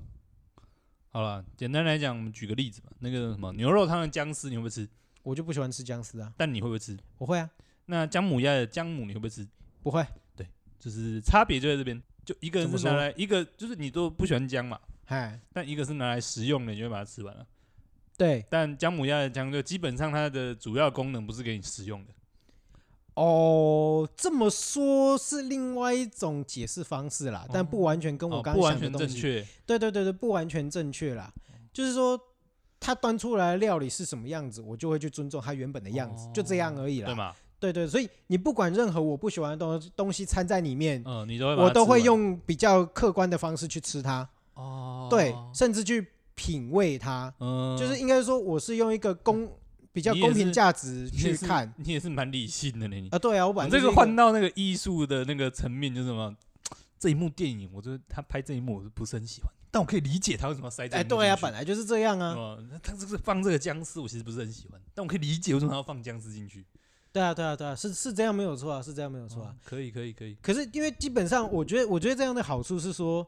好了，简单来讲，我们举个例子嘛，那个什么牛肉汤的姜丝你会不会吃？
我就不喜欢吃姜丝啊，
但你会不会吃？
我会啊，
那姜母鸭的姜母你会不会吃？
不会，
就是差别就在这边，就一个
怎么
人是
说
拿来一个就是你都不喜欢姜嘛，
哎，
但一个是拿来食用的，你就会把它吃完了。
对，
但姜母鸭的姜就基本上它的主要功能不是给你食用的，
哦，这么说是另外一种解释方式啦，但不完全跟我
哦
刚
不
刚
完
想的
全
东
正
西
确。
对对对对，不完全正确啦，就是说他端出来的料理是什么样子，我就会去尊重他原本的样子，就这样而已啦。
哦对嘛？
对对，所以你不管任何我不喜欢的东西东西掺在里面，
嗯，你都会把它
我都
吃
会
完
用比较客观的方式去吃它，
哦，
对，甚至去品味它，
嗯，
就是应该说我是用一个公比较
你也
公平
是
价值
你也
去
是
看
你也是蛮理性的呢，你
啊。对啊，我本来
这
就是
个
一
换到那个艺术的那个层面，就是什么？这一幕电影，我就是他拍这一幕，我是不是很喜欢，但我可以理解他为什么要塞这一
哎，
幕进去。
对啊，本来就是这样啊。
哦，那他这个放这个僵尸，我其实不是很喜欢，但我可以理解为什么他要放僵尸进去。
对啊，对啊，对啊，是是这样没有错啊，是这样没有错啊
哦。可以，可以，可以。
可是因为基本上，我觉得我觉得这样的好处是说，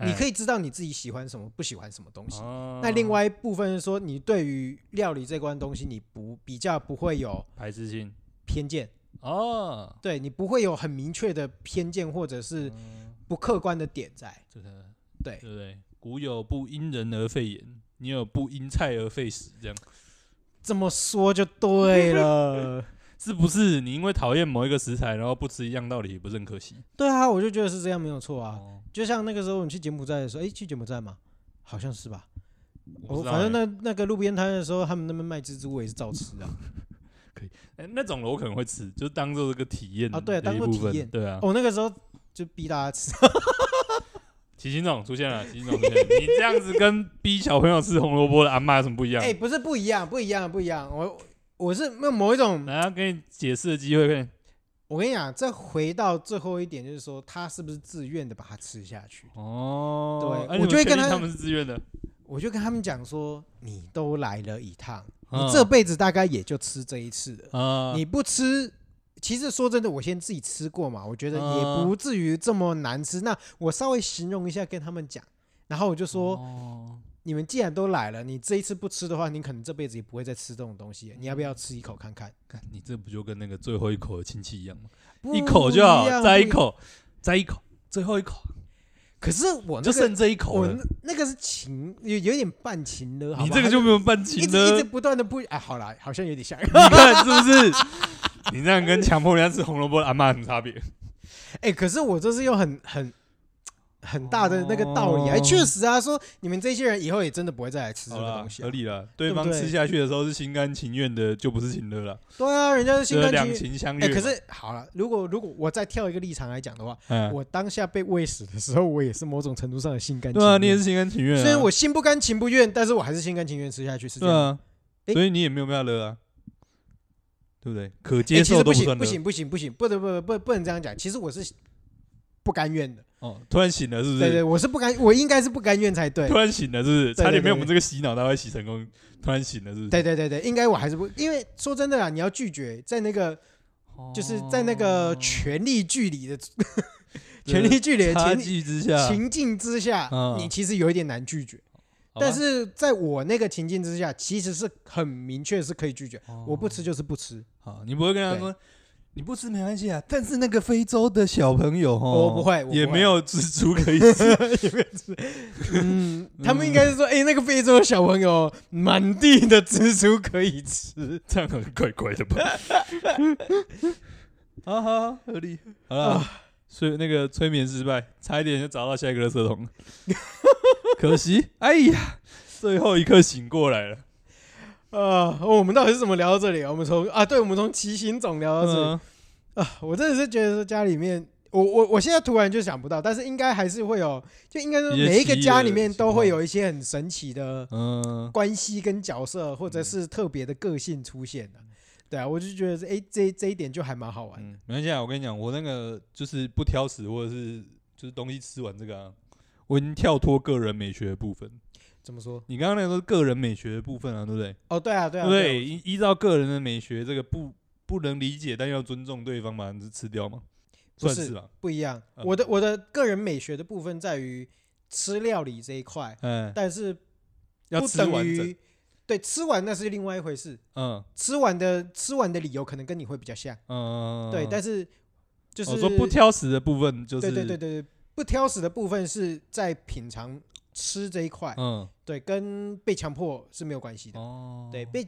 你可
以。
以知道你自己喜欢什么，不喜欢什么东西。
哎哦
那另外一部分是说，你对于料理这关东西，你不比较不会有
排斥性
偏见，
哦，
对你不会有很明确的偏见或者是不客观的点在。
这个
对
对不对？古有不因人而废言，你有不因菜而废食，这样
这么说就对 了。
是不是？你因为讨厌某一个食材，然后不吃一样道理，也不是很可惜
对啊，我就觉得是这样没有错啊。
哦
就像那个时候我们去柬埔寨的时候，诶，去柬埔寨嘛，好像是吧？
我不
我
知道
反正
欸
那那个路边摊的时候，他们那边卖蜘蛛，我也是照吃 啊。
哎那种我可能会吃，就当做这个体验
啊对啊
的
当
一
作体
部分
验哦
对啊。
我那个时候就逼大家吃，
齐秦总出现了，齐秦总出现了，你这样子跟 逼小朋友吃红萝卜的阿妈有什么 不一样？
哎，不是不一样，不一样，不一样。我我是没有某一种
来啊，给你解释的机会，快点
我跟你讲，再回到最后一点，就是说他是不是自愿的把它吃下去？
哦嗯
对
啊
我
你
就会
们
跟
确定
他
他们是自愿的，
我就跟他们讲说，你都来了一趟，你
嗯
这辈子大概也就吃这一次了，
啊，
你不吃。其实说真的，我先自己吃过嘛，我觉得也
嗯
不至于这么难吃。那我稍微形容一下跟他们讲，然后我就说，
哦
你们既然都来了，你这一次不吃的话，你可能这辈子也不会再吃这种东西了。你要不要吃
嗯
一口看看？
干你这不就跟那个最后一口的亲戚一样吗？一口就好
不样，
再一
不样。
口，再一口，最后一口，
可是我那
就
个
剩这一口
我
了
那。那个是情，有有点半情了。好
你
吧
这个就没有半
一
斤
直一
了
直，不断的不，哎，好啦，好像有点像。
你看是不是？
你这样跟强迫人家吃红萝卜的阿妈很差别。
哎、可是我这是用很很很大的那个道理啊，
哦
哎确、实啊，说你们这些人以后也真的不会再来吃这
好
个
啦
东，西、啊
合。理啦。对
不
方
对
吃下去的时候是心甘情愿的，就不是情乐了，
对啊，人家是心
这
甘
两
情愿。
情相
哎、
悦嘛。
可是好了，如果如果我再跳一个立场来讲的话，
嗯，
我当下被喂死的时候，我也是某种程度上的心甘情
对
愿。
啊，你也是心甘情愿啊。
虽然我心不甘情不愿，但是我还是心甘情愿吃下去，是这
对
样。
啊，
诶
所以你也没有被他勒啊，对不对？可
哎
接
其
受
实
都
不
算
行，
勒
不。行，不行，不行，不能，不能不能不能这样讲。其实我是不甘愿的，
哦，突然醒了是不啊
对对，
是？
我是不甘，我应该是不甘愿才对
突。然醒了是不是？
对
差点被
对
我们这个洗脑大会洗成功。突然醒了是不是？
对对对对，应该我还是不，因为说真的啊，你要拒绝在那个
哦，
就是在那个权力距离的
这
权力距离的
差
前
距之下，
情境之下
嗯，
你其实有一点难拒绝。
好吧
但是在我那个情境之下，其实是很明确是可以拒
哦
绝，我不吃就是不吃，
好，你不会跟他说你不吃没关系啊，但是那个非洲的小朋友哦，
我不会，我
也
不
没
会。
有蜘蛛可以吃，
嗯，他们应该是说，哎、那个非洲的小朋友满地的蜘蛛可以吃。
这样好像怪怪的 吧？好好好啊合理，好了，所以那个催眠失败，差一点就找到下一个垃圾桶了， 可惜，哎呀，最后一刻醒过来了，
啊、我们到底是怎么聊到这里啊？我们从啊，对，我们从骑行总聊到这里啊、
嗯
我真的是觉得说家里面，我我我现在突然就想不到，但是应该还是会有，就应该说
一些
每一个
奇异
家
的
里面
情
都
况
会有一些很神奇的
嗯，
关系跟角色，或者是特别的个性出现的、对啊，我就觉得哎、诶这这一点就还蛮好玩的。
嗯嗯，没关系啊，我跟你讲，我那个就是不挑食，或者是就是东西吃完这个啊，我已经跳脱个人美学的部分。
怎么说？
你刚刚那个都是个人美学的部分啊，对不对？
哦，对啊，对啊，
不对，
啊
依依照个人的美学，这个不不能理解，但要尊重对方嘛，你是吃掉吗？
不
算
是
是吧，
不一样。
嗯
我的我的个人美学的部分在于吃料理这一块，
嗯，
但是
要
不
吃
等
完整，
于对吃完那是另外一回事。
嗯
吃完的吃完的理由可能跟你会比较像，
嗯，
对，但
是
是就是、
我说不挑食的部分就是
对对对对对，不挑食的部分是在品尝吃这一块，
嗯
对，跟被强迫是没有关系的。
哦，
对，被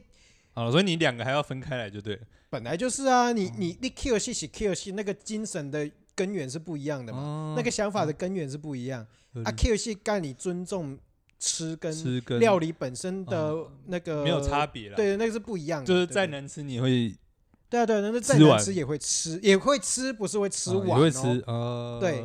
好了，所以你两个还要分开来就对了，
本来就是啊，
嗯
你你你 Q 系是 Q 系，那个精神的根源是不一样的嘛，
哦
那个想法的根源是不一样。
合
啊
理
，Q 系干你尊重吃跟
吃跟
料理本身的
嗯
那个
没有差，别了，，
对，那个是不一样的，
就是
对
再
对
难吃你会
对啊对啊，那再
吃
难
完
吃也会吃，也会吃，不是会吃
啊
完、
也
哦，
会吃，呃，
对，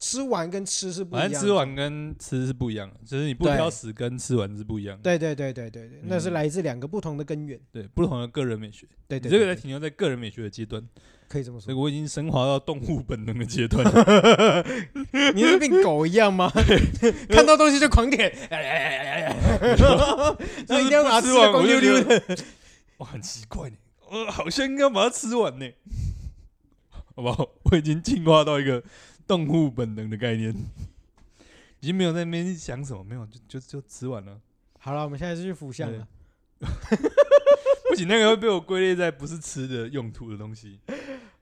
吃完跟吃是不一
反
样的。
正吃完跟吃是不一样的，就是你不
对
挑食跟吃完是不一样的，
对对对对对对，那是
嗯
来自两个不同的根源。
对，不同的个人美学，
对对
你这
对
个在
对
停留在个人美学的阶段，
可以这么
所
说
以。我已经升华到动物本能的阶段了。
你是变狗一样吗？ 看到东西就狂舔，
哎就
那
是
一定要把它
不
吃
吃
的
完
光
我
溜
就
溜
觉
的。
哇，很奇怪呢，我好像应该把它吃完呢，好不好？我已经进化到一个动物本能的概念，已经没有在那边想什么，没有就就就吃完了。
好了，我们现在是去腐相了。
不仅那个会被我归类在不是吃的用途的东西。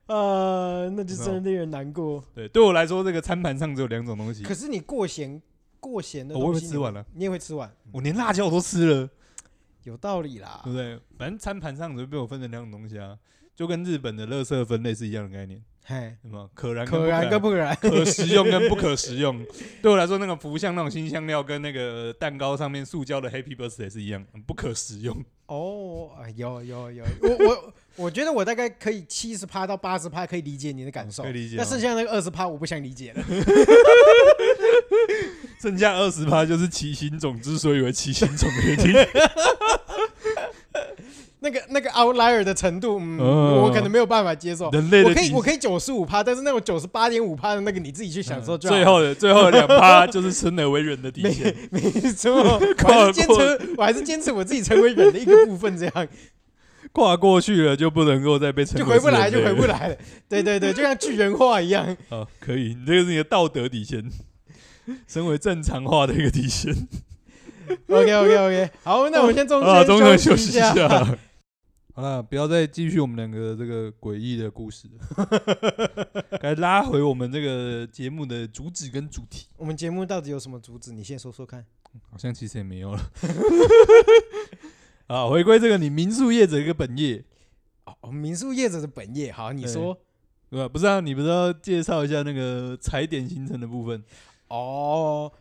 呃，那就真的令人难过。
对，对我来说，这个餐盘上只有两种东西
可，是你过咸过咸的
哦我
东
会
西，
吃完了，
你也会吃完，
我连辣椒我都吃了，
有道理啦
对。不对？反正餐盘上只会被我分成两种东西啊，就跟日本的垃圾分类是一样的概念，
嘿，
什么可燃跟
可然
燃
跟不可然，
可食用跟不可食用，对我来说，那个福像那种新香料跟那个蛋糕上面塑胶的 Happy Birthday 是一样，不可食用。
哦，哎有有有，我我我觉得我大概可以七十趴到八十趴可以理解你的感受，
可以理解
那
哦
剩下那个二十趴我不想理解了。
剩下二十趴就是骑行种之所以为骑行种的原因。
那个那个 outlier 的程度，嗯，
哦
我可能没有办法接受。
人类的
我可以
极
我可以九十五趴，但是那种九十八点五趴的那个你自己去享受就好。
嗯最后的最后的两趴 就是生而为人的底
没
线。
没 错，我还是坚持我还是坚持我自己成为人的一个部分，这 样
跨过去了就不能够再被
就回不来就回不
来。
来了。对对对，就像巨人化一 样。
好，哦可以，你这个是你的道德底线， 身为正常化的一个底线。
OK OK OK，好，那我们先中
啊，中
间
场休息
一
一
下。
下。 好了，不要再继续我们两个这个诡异的故事了， 该拉回我们这个节目的主旨跟主题。
我们节目到底有什么主旨？你先说说看。
好像其实也没 有了。啊，回归这个你民宿业者一个本业，
哦，好，民宿业者的本业。好，你
对
说
对吧？不是啊，你不是要介绍一下那个踩点行程的部分？
哦，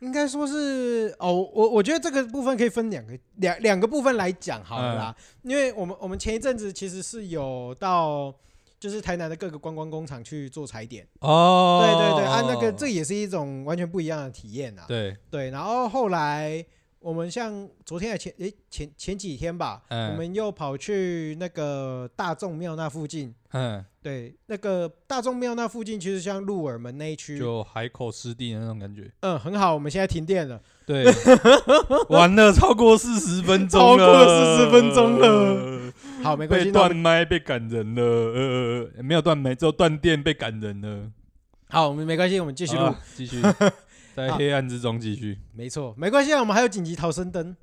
应该说是哦，我我觉得这个部分可以分两个两两个部分来讲好了啦，
嗯
因为我们我们前一阵子其实是有到。就是台南的各个观光工厂去做踩点，
哦
对对对，按、啊、那个这也是一种完全不一样的体验啊。
对，
对，然后后来我们像昨天还前诶前前几天吧，
嗯
我们又跑去那个大众庙那附近。
嗯，
对，那个大众庙那附近，其实像鹿耳门那一区，
就海口湿地的那种感觉。
嗯，很好。我们现在停电了，
对， 完了，超过四十分钟
超
了，
过40分钟了，好，没关系
被。
那我
断
们
麦被感人了，呃，呃没有断麦，只有断电被感人了。
好，我们没关系，我们继
继
续录。
继续，在黑暗之中继续，
没错，没关系，我们还有紧急逃生灯。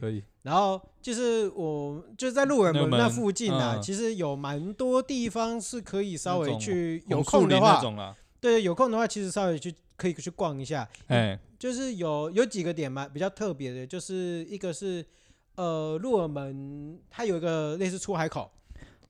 可以。
然后就是我就是在鹿耳
那
门
门
那附近啊，
嗯
其实有蛮多地方是可以稍
那
微
种
去有
红树
空的
林
话
那，种啦，
对，有空的话，其实稍微去可以去逛一下。
哎，
就是有有几个点嘛，比较特别的，就是一个是呃鹿耳门，它有一个类似出海口，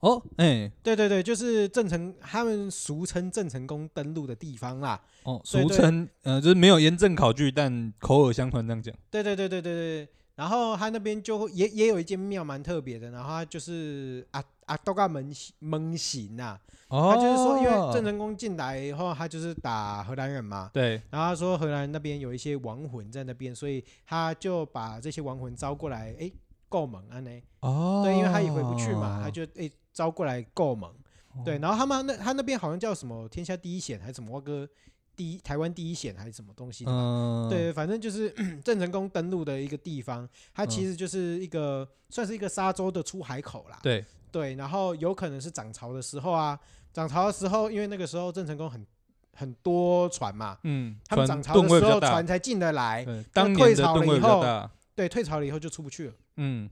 哦，哎，
对对对，就是郑成他们俗称郑成功登陆的地方啦。
哦，
对
俗
对
称，呃，就是没有严正考据，但口耳相传这样讲。
对对对对对对。然后他那边就会也也有一间庙蛮特别的，然后它就是阿阿多嘎门门行呐、
哦
他就是说，因为郑成功进来以后，他就是打荷兰人嘛，
对，
然后他说荷兰那边有一些亡魂在那边，所以他就把这些亡魂招过来，诶，够猛啊呢。
哦，
对，因为他也回不去嘛，他就诶、招过来够猛。对，然后他们那他那边好像叫什么天下第一险还是什么哥第一台湾第一险还是什么东西的吧，
嗯，
对，反正就是 郑成功登陆的一个地方，它其
嗯
实就是一个、算是一个沙洲的出海口啦。
对，
对，然后有可能是涨潮的时候啊，涨潮的时候，因为那个时候郑成功很很多船嘛，
嗯，
他们
船
涨潮
吨
的
位
时
比较
候
大嗯
船，才进得来，
对，当
退
年的
潮
吨
了
位
以
比较
后
大，
对，退潮了以后就出不去了。
嗯，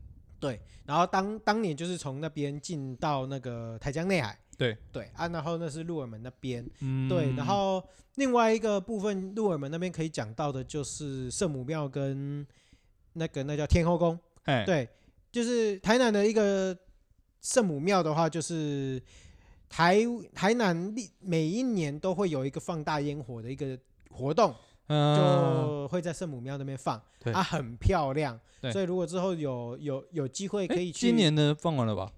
然后当当年就是从那边进到那个台江内海，
对
对啊，然后那是鹿耳门那边，
嗯
对，然后另外一个部分鹿耳门那边可以讲到的就是圣母庙跟那个那叫天后宫，
哎，
对，就是台南的一个圣母庙的话，就是台台南历每一年都会有一个放大烟火的一个活动，
嗯，
就会在圣母庙那边放，
对
啊，很漂亮
对。
所以如果之后有有有机会可
诶
以去，
今年的放完了吧？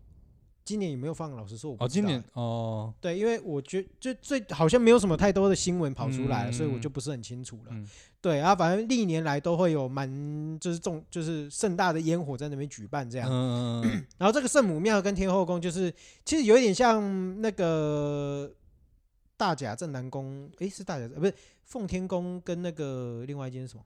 今年有没有放？老实说，我不
哦，
知
今
道
年
欸
哦，
对，因为我觉就最好像没有什么太多的新闻跑出来了，所以我
嗯
就不是很清楚了。
嗯
对啊，反正历年来都会有蛮就是重就是盛大的烟火在那边举办这样。
嗯，嗯
然后这个圣母庙跟天后宫就是其实有一点像那个大甲镇南宫，诶，是大甲呃不是奉天宫跟那个另外一间是什么？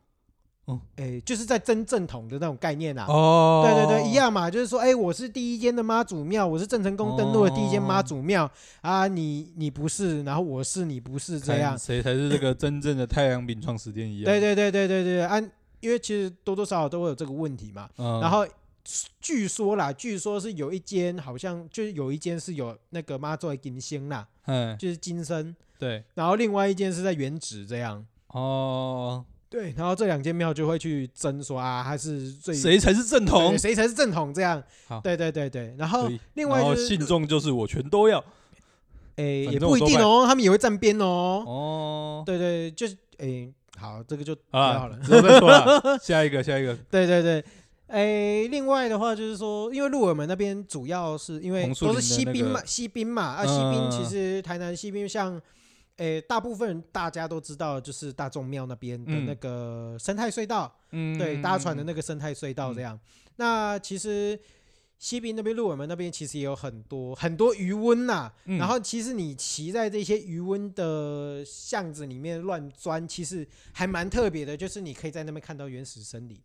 哦，
诶，就是在真正统的那种概念啊。
哦，
对对对，一，样嘛，就是说，哎、我是第一间的妈祖庙，我是郑成功登陆的第一间妈祖
哦
庙、啊，你你不是，然后我是你不是这样，
谁才是这个真正的太阳饼创始店一样？
对，对对对对对，啊，因为其实多多少少都会有这个问题嘛。
嗯，
然后据说啦，据说是有一间好像就是有一间是有那个妈祖的金星啦，
嗯，
就是金身，
对，
然后另外一间是在原址这样。
哦，
对，然后这两间庙就会去争说啊，他是最
谁才是正
对
统？
谁才是正统这样
好。
对对对对，然后
所以
另外
然后
就是
信众就是我全都要
诶、
反
也
正
不
我
一
都
定
拜
哦，他们也会站边哦。
哦，
对对，就是诶、好，这个就不要
啊
了，。
之后再 说啦，啊下一个，下一个，
对对对，诶、另外的话就是说，因为鹿耳门那边主要是因为
红树
都是西
林的那
滨
个
嘛，西滨嘛，啊，西滨
嗯嗯嗯
其实台南西滨像。诶、大部分人大家都知道，就是大众庙那边的
嗯
那个生态隧道，
嗯，
对，搭船的那个生态隧道这样。那其实西滨那边、鹿耳门那边其实也有很多很多余温呐、
嗯
然后其实你骑在这些余温的巷子里面乱钻，其实还蛮特别的，就是你可以在那边看到原始森林。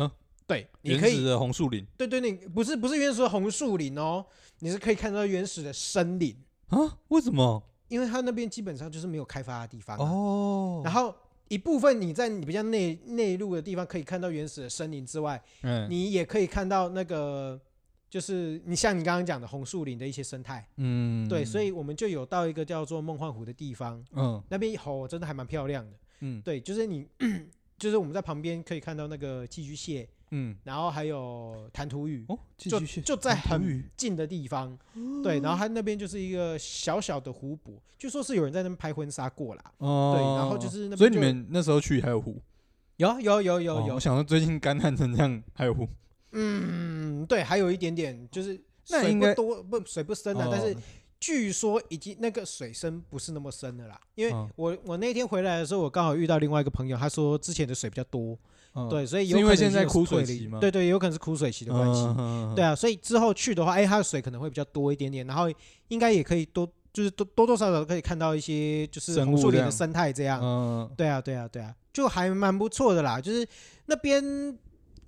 啊
对，你
原
可
始
以，
的红树林
对对，你不是不是原始的红树林哦，你是可以看到原始的森林，
啊？为什么？
因为它那边基本上就是没有开发的地方啊、
哦，
然后一部分你在你比较内内陆的地方可以看到原始的森林之外，
嗯
你也可以看到那个，就是你像你刚刚讲的红树林的一些生态，
嗯，
对，所以我们就有到一个叫做梦幻湖的地方，
嗯
那边吼真的还蛮漂亮的，
嗯
对，就是你，就是我们在旁边可以看到那个寄居蟹，
嗯，
然后还有弹涂鱼，
哦，寄
就
居蟹
就在
很
很
无语
近的地方，对，然后它那边就是一个小小的湖泊，据说是有人在那边拍婚纱过啦。
哦，
对然后就是那边
所以你
就
们那时候去还有湖，
有有有有
哦
有
我，想到最近干旱成这样还有湖，
嗯，对，还有一点点就是
那
水
应
不
该
多不水不深啊，但是
哦
据说已经那个水深不是那么深的啦，因为
嗯
我我那天回来的时候，我刚好遇到另外一个朋友，他说之前的水比较多，
嗯
对，所以
是
有
因
可
为
能
现
已
在
经有
枯
退
水
了
期吗
对对，有可能是枯水期的关系，对
啊，
啊，所以之后去的话，哎，它的水可能会比较多一点点，然后应该也可以多就是多多多少少可以看到一些就是
生
红
物
树林
这
的
样
生态这样，
嗯，
对啊，对啊，对啊，就还蛮不错的啦。就是那边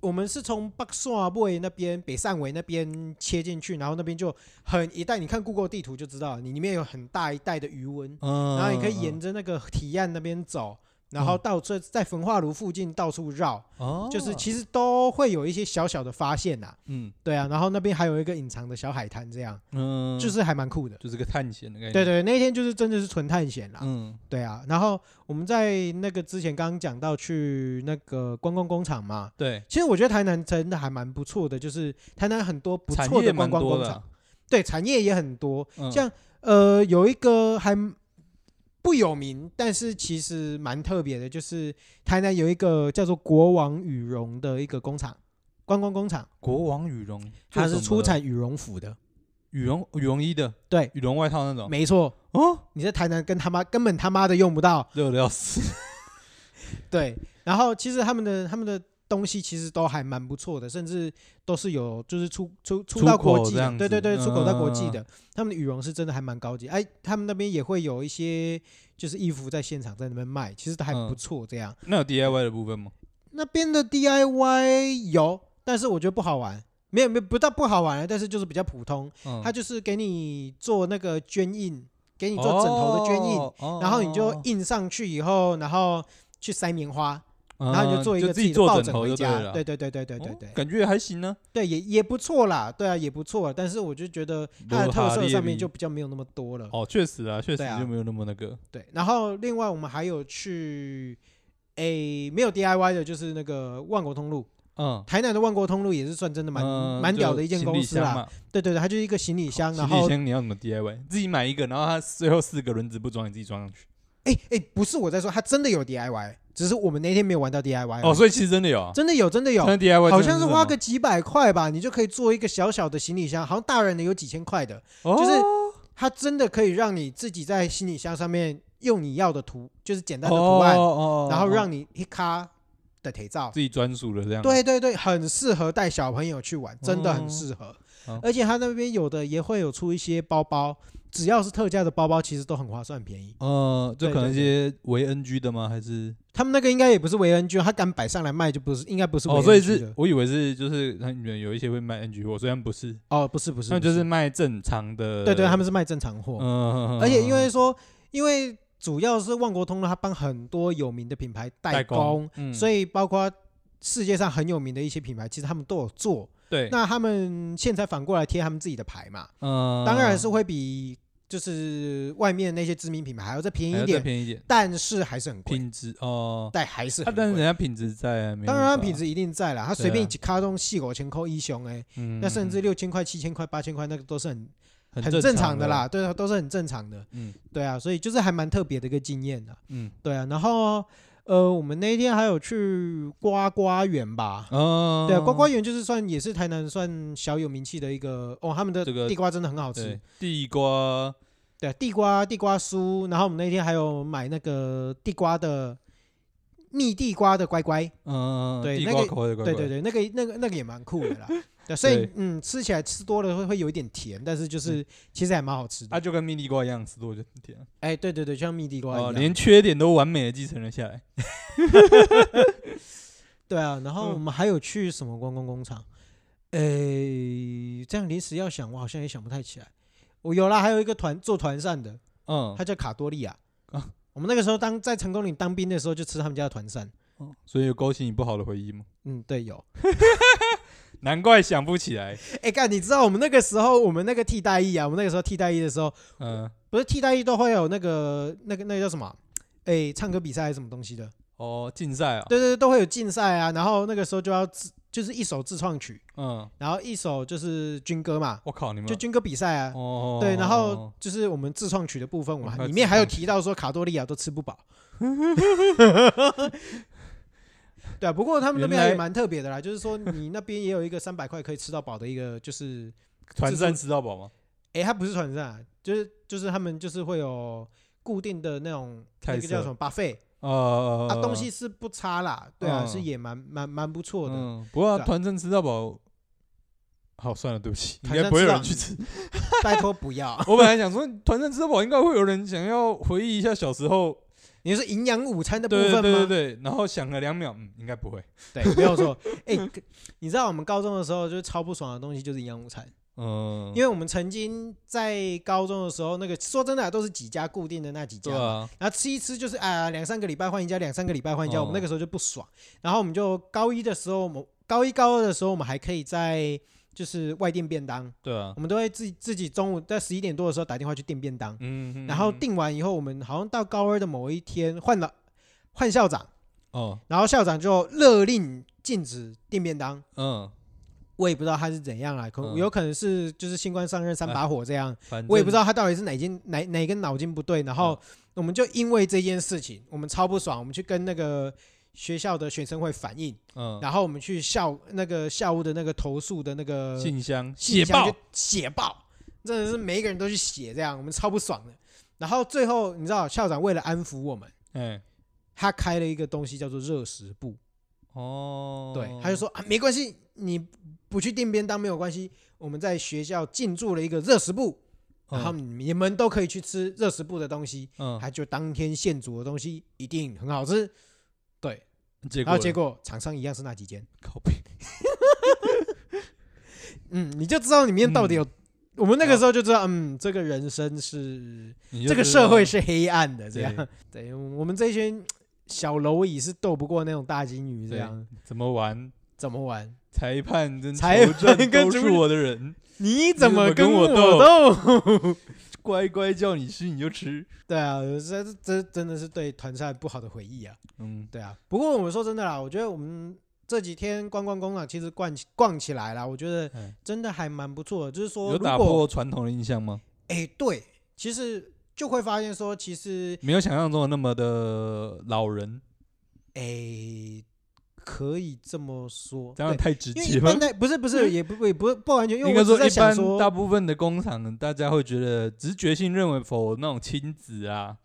我们是从北汕尾那边、北汕尾那边切进去，然后那边就很一带，你看 Google 地图就知道，你里面有很大一带的余温，
嗯
然后你可以沿着那个堤岸那边走。然后到这在焚化炉附近到处绕，
哦，
就是其实都会有一些小小的发现呐、
嗯
对啊，然后那边还有一个隐藏的小海滩，这样
嗯，
就是还蛮酷的。
就是个探险的概念，
对，对，那一天就是真的是纯探险啦。
嗯
对啊，然后我们在那个之前刚刚讲到去那个观光工厂嘛，
对，
其实我觉得台南真的还蛮不错的，就是台南很多不
产
错
业
的
蛮
观光
多
工
的
厂
啊，，
对，产业也很多。
嗯
像呃，有一个还不有名，但是其实蛮特别的，就是台南有一个叫做国王羽绒的一个工厂，观光工厂，
国王羽绒，
它
做
是
什么
出
的
产羽绒服的。
羽绒羽绒衣的，
对，
羽绒外套那种，
没错，
哦，
你在台南跟他妈根本他妈的用不到，
热的要死，
对，然后其实他们的他们的东西其实都还蛮不错的，甚至都是有就是出出出
出
到国
口
际
这
的，
样
对对对，
子
出口到国际
嗯
的，他们的羽绒是真的还蛮高级。哎，他们那边也会有一些就是衣服在现场在那边卖，其实都还不
嗯
错。这样、
那有 DIY 的部分吗？
那边的 DIY 有，但是我觉得不好玩。没有没有不到不好玩啊，但是就是比较普通，
嗯
他就是给你做那个捐印，给你做枕头
哦
的捐印，
印
然后你
哦
就印上去以后，然后去塞棉花，
然
然后你就做一个
自
己的
做
抱
枕
枕
头
回
嗯就
家，
了，
对对对对对对
哦
对，
感觉还行呢。
对也也不错啦，对啊也不错，但是我就觉得它的特色上面就比较没有那么多了。
哦，确实啊，确实
对啊
就没有那么那个
对，然后另外我们还有去，诶没有 DIY 的，就是那个万国通路，
嗯，
台南的万国通路也是算真的蛮
嗯
蛮
就
屌的一间
行
公
李
司
箱
啦。
嘛哦
对对对，它就是一个行李箱，
行
然
李
后
箱你要怎么 DIY？自己买一个，然后它最后四个轮子不装，你自己装上去。
诶诶不是我在说，它真的有 DIY，只是我们那天没有玩到 DIY 而
哦，
已。
所以其实真的有啊，
哎真的有，真的有，
真的 DIY，
好像是
真的
花
什么
个几百块吧，你就可以做一个小小的行李箱，好像大人的有几千块的，
哦
就是它真的可以让你自己在行李箱上面用你要的图，就是简单的图案，
哦
然后
哦
让你一卡的腿照。
自己专属的这样。
对对对，很适合带小朋友去玩，真的很适合。
嗯好
而且它那边有的也会有出一些包包，只要是特价的包包，其实都很划算便宜。
呃，就
对
可能
对
一些为 NG 的吗？还是
他们那个应该也不是维恩居，他敢摆上来卖就不是，应该不是维
哦，
恩
所以
居
是
的
我以为是就是他们有一些会卖 NG 货，虽然不是，
哦，不是不是，
他们
不
就是卖正常的。
对对，他们是卖正常货。
嗯，
而且因为说，因为主要是万国通路，它帮很多有名的品牌代
代
工，
工，嗯
所以包括世界上很有名的一些品牌，其实他们都有做。
对，
那他们现在反过来贴他们自己的牌嘛，
嗯，
当然是会比就是外面那些知名品牌还要再便
还
宜
要
一
哎再
点，
便宜一点，
但是还是很贵，
品质哦。
但还是
啊
很，
但是人
贵。
家品质在啊，没
当
办
然，
法
品，质一定在啦。他随
对啊
便一卡通四五千块一熊哎，
嗯
那甚至六千块、七千块、八千块，那个都是很
很
很正常的啦，，对啊，都是很正常的。
嗯
对啊，所以就是还蛮特别的一个经验的。
嗯，
对啊，然后呃，我们那一天还有去呱呱园吧。
哦，
对啊，呱呱园就是算也是台南算小有名气的一个哦，他们的
这个
地瓜真的很好吃。
对，地瓜，
对啊，地瓜地瓜酥，然后我们那天还有买那个地瓜的蜜地瓜的乖乖，
嗯，
对
地
那
瓜
个
口味的乖
对
乖
对，对，那个那个那个也蛮酷 的啦。对，所以
对嗯
嗯，吃起来吃多了会会有一点甜，但是就是其实还蛮好吃的。
啊，就跟蜜地瓜一样，吃多就很甜，
哎，对对对，就像蜜地瓜一
哦，
样。
连缺点都完美的继承了下来。
对啊，然后
嗯
我们还有去什么观光工厂？诶、这样临时要想，我好像也想不太起来。我有啦，还有一个团做团扇的，
嗯
他，叫卡多利亚。
啊
我们那个时候当在成功岭当兵的时候，就吃他们家的团扇。
哦所以有勾起你不好的回忆吗？
嗯，对，有。
难怪想不起来。
哎，干，你知道我们那个时候，我们那个替代役啊，我们那个时候替代役的时候，
嗯，
不是替代役都会有那个那个那个叫什么啊？哎，唱歌比赛还是什么东西的？
哦，竞赛啊，
对对对，都会有竞赛啊。然后那个时候就要自就是一首自创曲，
嗯，
然后一首就是军歌嘛，
我靠，你们
就军歌比赛啊。
哦，
对，然后就是我们自创曲的部分，我
哦还有
们里
自
面还有
创曲
提到说卡多利亚都吃不 饱。对啊，不过他们那边
原来
还蛮特别的啦，就是说你那边也有一个三百块可以吃到饱的一个，就是
团战吃到饱吗？
诶，它不是船上，啊就是就是他们就是会有固定的那种那
菜
个叫
色
什么 buffet
呃，
啊，东西是不差啦，对啊，
嗯
是也蛮蛮蛮不错的。
嗯，不过
对
啊
啊
团战吃到饱，好算了，对不起，应
团
该
战
不会有
吃
人
到
去吃。
拜托不要，
我本来想说团战吃到饱应该会有人想要回忆一下小时候，
你是营养午餐的部
对
分吗？
对对对对，然后想了两秒，嗯，应该不会，
对没有错。诶，你知道我们高中的时候就是超不爽的东西就是营养午餐，
嗯，
因为我们曾经在高中的时候，那个说真的啊都是几家固定的那几家
对
嘛，
啊，
然后吃一吃就是啊，两三个礼拜换一家，两三个礼拜换一家，
哦
我们那个时候就不爽。然后我们就高一的时候，我们高一高二的时候，我们还可以在就是外订便当，
对啊，
我们都会自己自己中午在十一点多的时候打电话去订便当，
嗯，
然后
嗯
订完以后，我们好像到高二的某一天换了换校长，
哦，
然后校长就勒令禁止订便当。
嗯，
我也不知道他是怎样啊，可
嗯
有可能是就是新官上任三把火这样，
反正
我也不知道他到底是哪根哪哪根脑筋不对，然后
嗯
我们就因为这件事情，我们超不爽，我们去跟那个学校的学生会反映，
嗯，
然后我们去校那个校务的那个投诉的那个
信箱
信
写
箱
爆
就，写报，真的是每一个人都去写这样，我们超不爽的。然后最后你知道校长为了安抚我们，
哎，
他开了一个东西叫做热食部，
哦，
对，他就说啊没关系，你不去订便当没有关系，我们在学校进驻了一个热食部。然后
嗯，
你们都可以去吃热食部的东西，
嗯，
他就当天现煮的东西一定很好吃。对，
结
然
果
后结
果
果厂商一样是那几间，
靠背，
嗯，你就知道里面到底
嗯
有。我们那个时候就知道，嗯，这个人生是
你就
这个
知
社
道
会是黑暗的，这
对
样。对，我们这群小蝼蚁是斗不过那种大金鱼，这
对
样
怎么玩，
怎么玩？
裁判跟
裁
球证
判跟
都
主
是我的人，
你怎么
么跟
我
我
斗？
乖乖叫你吃你就吃，
对啊，这这这真的是对团赛不好的回忆啊。
嗯，
对啊，不过我们说真的啦，我觉得我们这几天观光工厂其实逛起逛起来啦，我觉得
嗯
真的还蛮不错的。就是说，
有
如
打
果
破传统的印象吗？
哎，对，其实就会发现说，其实
没有想象中的那么的老人，
哎，可以这么说，
这样
对
太直
因为一
接了
般。
嗯
在不是不是也不也不不完全，因为
应
我
该
只是在
一
想
般
说，
大部分的工厂，大家会觉得直觉性认为否那种亲子啊，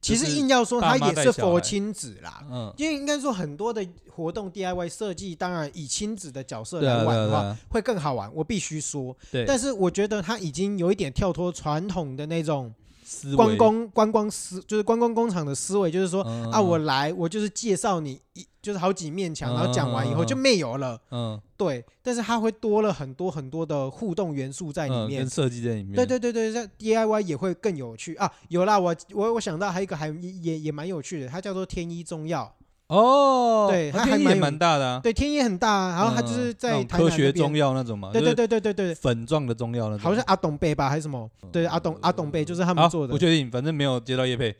其实
就是
硬要说它
爸妈
也
带
是
小
佛
孩
亲子啦。
嗯，
因为应该说很多的活动 DIY 设计，当然以亲子的角色
对
来
啊，
玩
对
的话，
啊，
会更好玩。我必须说，
对
但是我觉得它已经有一点跳脱传统的那种
思维
观光观光思，就是观光工厂的思维，就是说、
嗯
啊，我来，我就是介绍你一就是好几面墙，然后讲完以后
嗯
就没有了。
嗯
对，但是它会多了很多很多的互动元素在里
嗯
面
跟。设计在里面，
对对对对，这 DIY 也会更有趣啊！有啦，我我我想到还有一个还也也蛮有趣的，它叫做天一中药。
哦，
对
它
它还
天意
蛮
也
有
蛮大的啊，
对，天一很大啊，然后它就
嗯
是
那
在
种
台
科
南那
学
边
中药那种嘛，
对
就
对
是
对对对对，
粉状的中药那种，
好像阿董贝吧还是什么？对，阿董阿董贝就是他们
好
做的
不。确定，反正没有接到叶 配，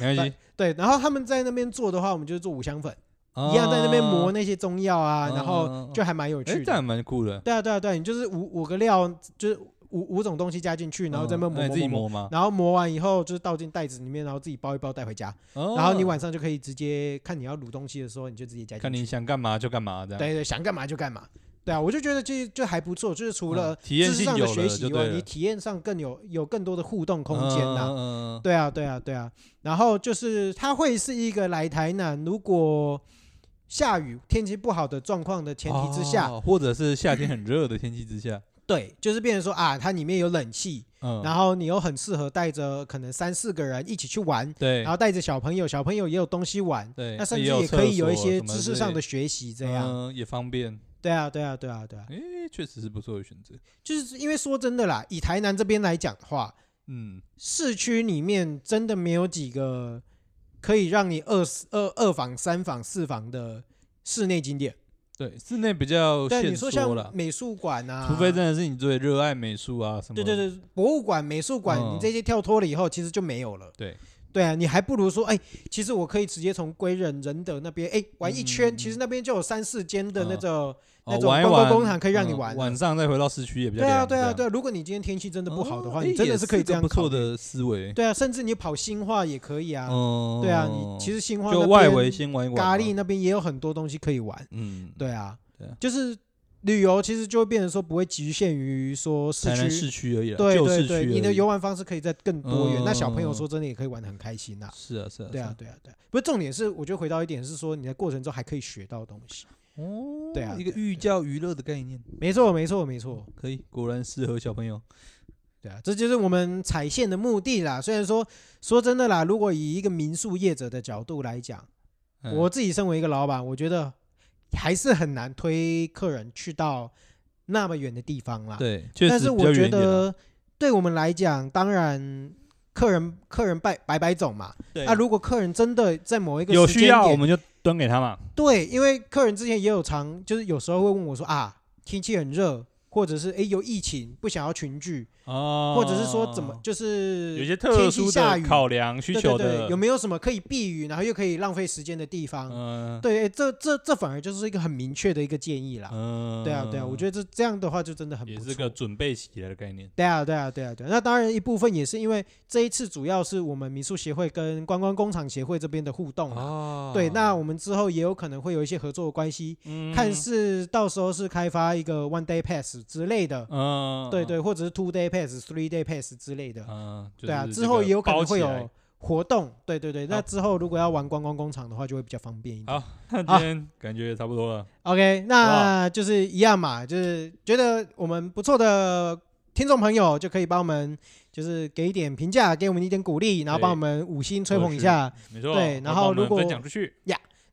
没关系，
对，然后他们在那边做的话，我们就做五香粉，
一
一样在那边磨
哦
那些中药啊，然后就还蛮有
哎，
趣
这样
的。
蛮酷的，
对啊，对啊，对啊，你就是五五个料，就是五五种东西加进去，然后在那边
嗯那
磨
你自己
磨磨，
磨吗？
然后磨完以后就是倒进袋子里面，然后自己包一包带回家，
然
然后你晚上就可以直接看你要卤东西的时候，你就直接加
哦看
进
你
去。
想干嘛就干嘛这样，
对对，想干嘛就干嘛。对啊，我就觉得这就还不错，就是除了
嗯体验
知识
性
上的
有
学
了
习
就
以外，
对哦
你
了
体验上更有有更多的互动空间呐、
呐，
对啊，对啊，对啊。然后就是它会是一个来台南，如果下雨、天气不好的状况的前提之下，
哦或者是夏天很热的天气之下，
对，就是变成说啊，它里面有冷气，
嗯，
然后你又很适合带着可能三四个人一起去玩，
对，
然后带着小朋友，小朋友也有东西玩，
对，
那甚至
有
也
厕
可以有一
所
些
什么
知
之
识上
类
的学习，这
嗯、
样。
也方便。
对啊，对啊，对啊，对啊，
诶，确实是不错的选择。
就是因为说真的啦，以台南这边来讲的话，
嗯，
市区里面真的没有几个可以让你二四二二房、三房、四房的室内景点。
对，室内比较
对，你
限
说
缩
像
了，
美术馆啊，
除非真的是你最热爱美术啊什么。
对对对，博物馆、美术馆，
嗯
你这些跳脱了以后，其实就没有了。
对
对啊，你还不如说，哎、其实我可以直接从归仁仁德那边，哎、玩一圈，
嗯
其实那边就有三四间的那
嗯
种、那
哦
种
玩一
观光
玩
工厂可以让你玩
嗯
的
晚上再回到市区也比较
对啊，
凉
对啊，
这
对
样
啊。如果你今天天气真的不好的话，
哦
你
诶
真的
也
是
是
可以这样
个不错
考虑。
的思维。
对啊，甚至你跑新化也可以啊。
哦，
对啊，你其实新化
就
那
外
边
围先玩一玩嘛
咖喱，那边也有很多东西可以玩。
嗯，
对啊，
对啊
就是旅游其实就会变成说不会局限于说市
台南
区
市。区而已啦，啊
对
旧
对
市区而
对，
已。
你的游玩方式可以再更多元。那小朋友
嗯
说真的也可以玩得很开心呐、
是啊是啊，
对啊，对啊，对啊。不是重点是，我觉得回到一点是说，你在过程中还可以学到东西。
是啊，哦，
对啊
一个
对啊
寓教于乐的概念，
没错，没错，没错。
可以，果然适合小朋友。
对啊，这就是我们踩线的目的啦。虽然说说真的啦，如果以一个民宿业者的角度来讲，
嗯
我自己身为一个老板，我觉得还是很难推客人去到那么远的地方啦。，
对，确实
但是
比较
我觉
远一
啊
点啊啦，
得对我们来讲，当然客人客人百百百种嘛。
对
那、啊如果客人真的在某一个
有
时
需
间
要
点
我们就端给他嘛。
对，因为客人之前也有常，就是有时候会问我说啊，天气很热，或者是诶有疫情不想要群聚，
啊，
或者是说怎么就是
哦有一些
天气
特殊
下
的
雨
考量需
对
求
对对，
的
有，没有什么可以避雨，然后又可以浪费时间的地方？
嗯
对，诶这这这反而就是一个很明确的一个建议啦。
嗯，
对啊，对啊，我觉得这这样的话就真的很
也
不
是个
错。
准备起来的概念。
对啊，对啊，对啊，对啊。那当然一部分也是因为这一次主要是我们民宿协会跟观光工厂协会这边的互动啊。
哦
啊，
对，那我们之后也有可能会有一些合作的关系，
嗯
看是到时候是开发一个 one day pass 之类的，
嗯，
对对，或者是 two day pass、three day pass 之类的，
嗯，就是
对啊，
就是
之
这
后
个
也有可能
包起
会有啊
来
活动，对对对，那
好
之后如果要玩观光工厂的话，就会比较方便一点。
好那 今天感觉也差不多了，
OK，那就是一样嘛，就是觉得我们不错的听众朋友，就可以帮我们就是给一点评价，给我们一点鼓励，然后帮我们五星吹捧一下。
没错。
对然后
我帮我们
如果
分享出去，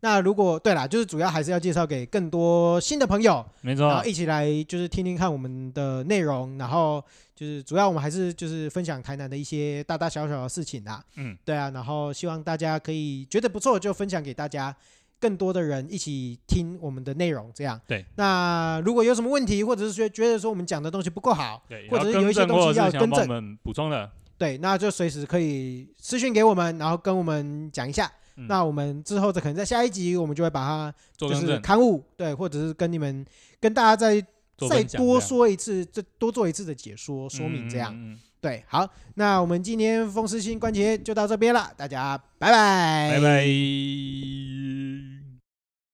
那如果对啦，就是主要还是要介绍给更多新的朋友，
没
然
错
后，一起来就是听听看我们的内容，然后就是主要我们还是就是分享台南的一些大大小小的事情啦。
嗯，
对啊，然后希望大家可以觉得不错就分享给大家，更多的人一起听我们的内容。这样
对。那
那如果有什么问题，或者是说觉得说我们讲的东西不够好，
对，
或者是
要
有一
更
些
正
东西
或者
要
是想
更
帮我
正
们补充的，
对，那就随时可以私讯给我们，然后跟我们讲一下。
嗯
那我们之后的可能在下一集，我们就会把它
做
就
更
是
正，
刊物，对，或者是跟你们跟大家再
做
再
分享
多
这样
说一次，再多做一次的解说说明，这样、
嗯嗯嗯
对。好，那我们今天风湿性关节就到这边了，大家拜
拜拜。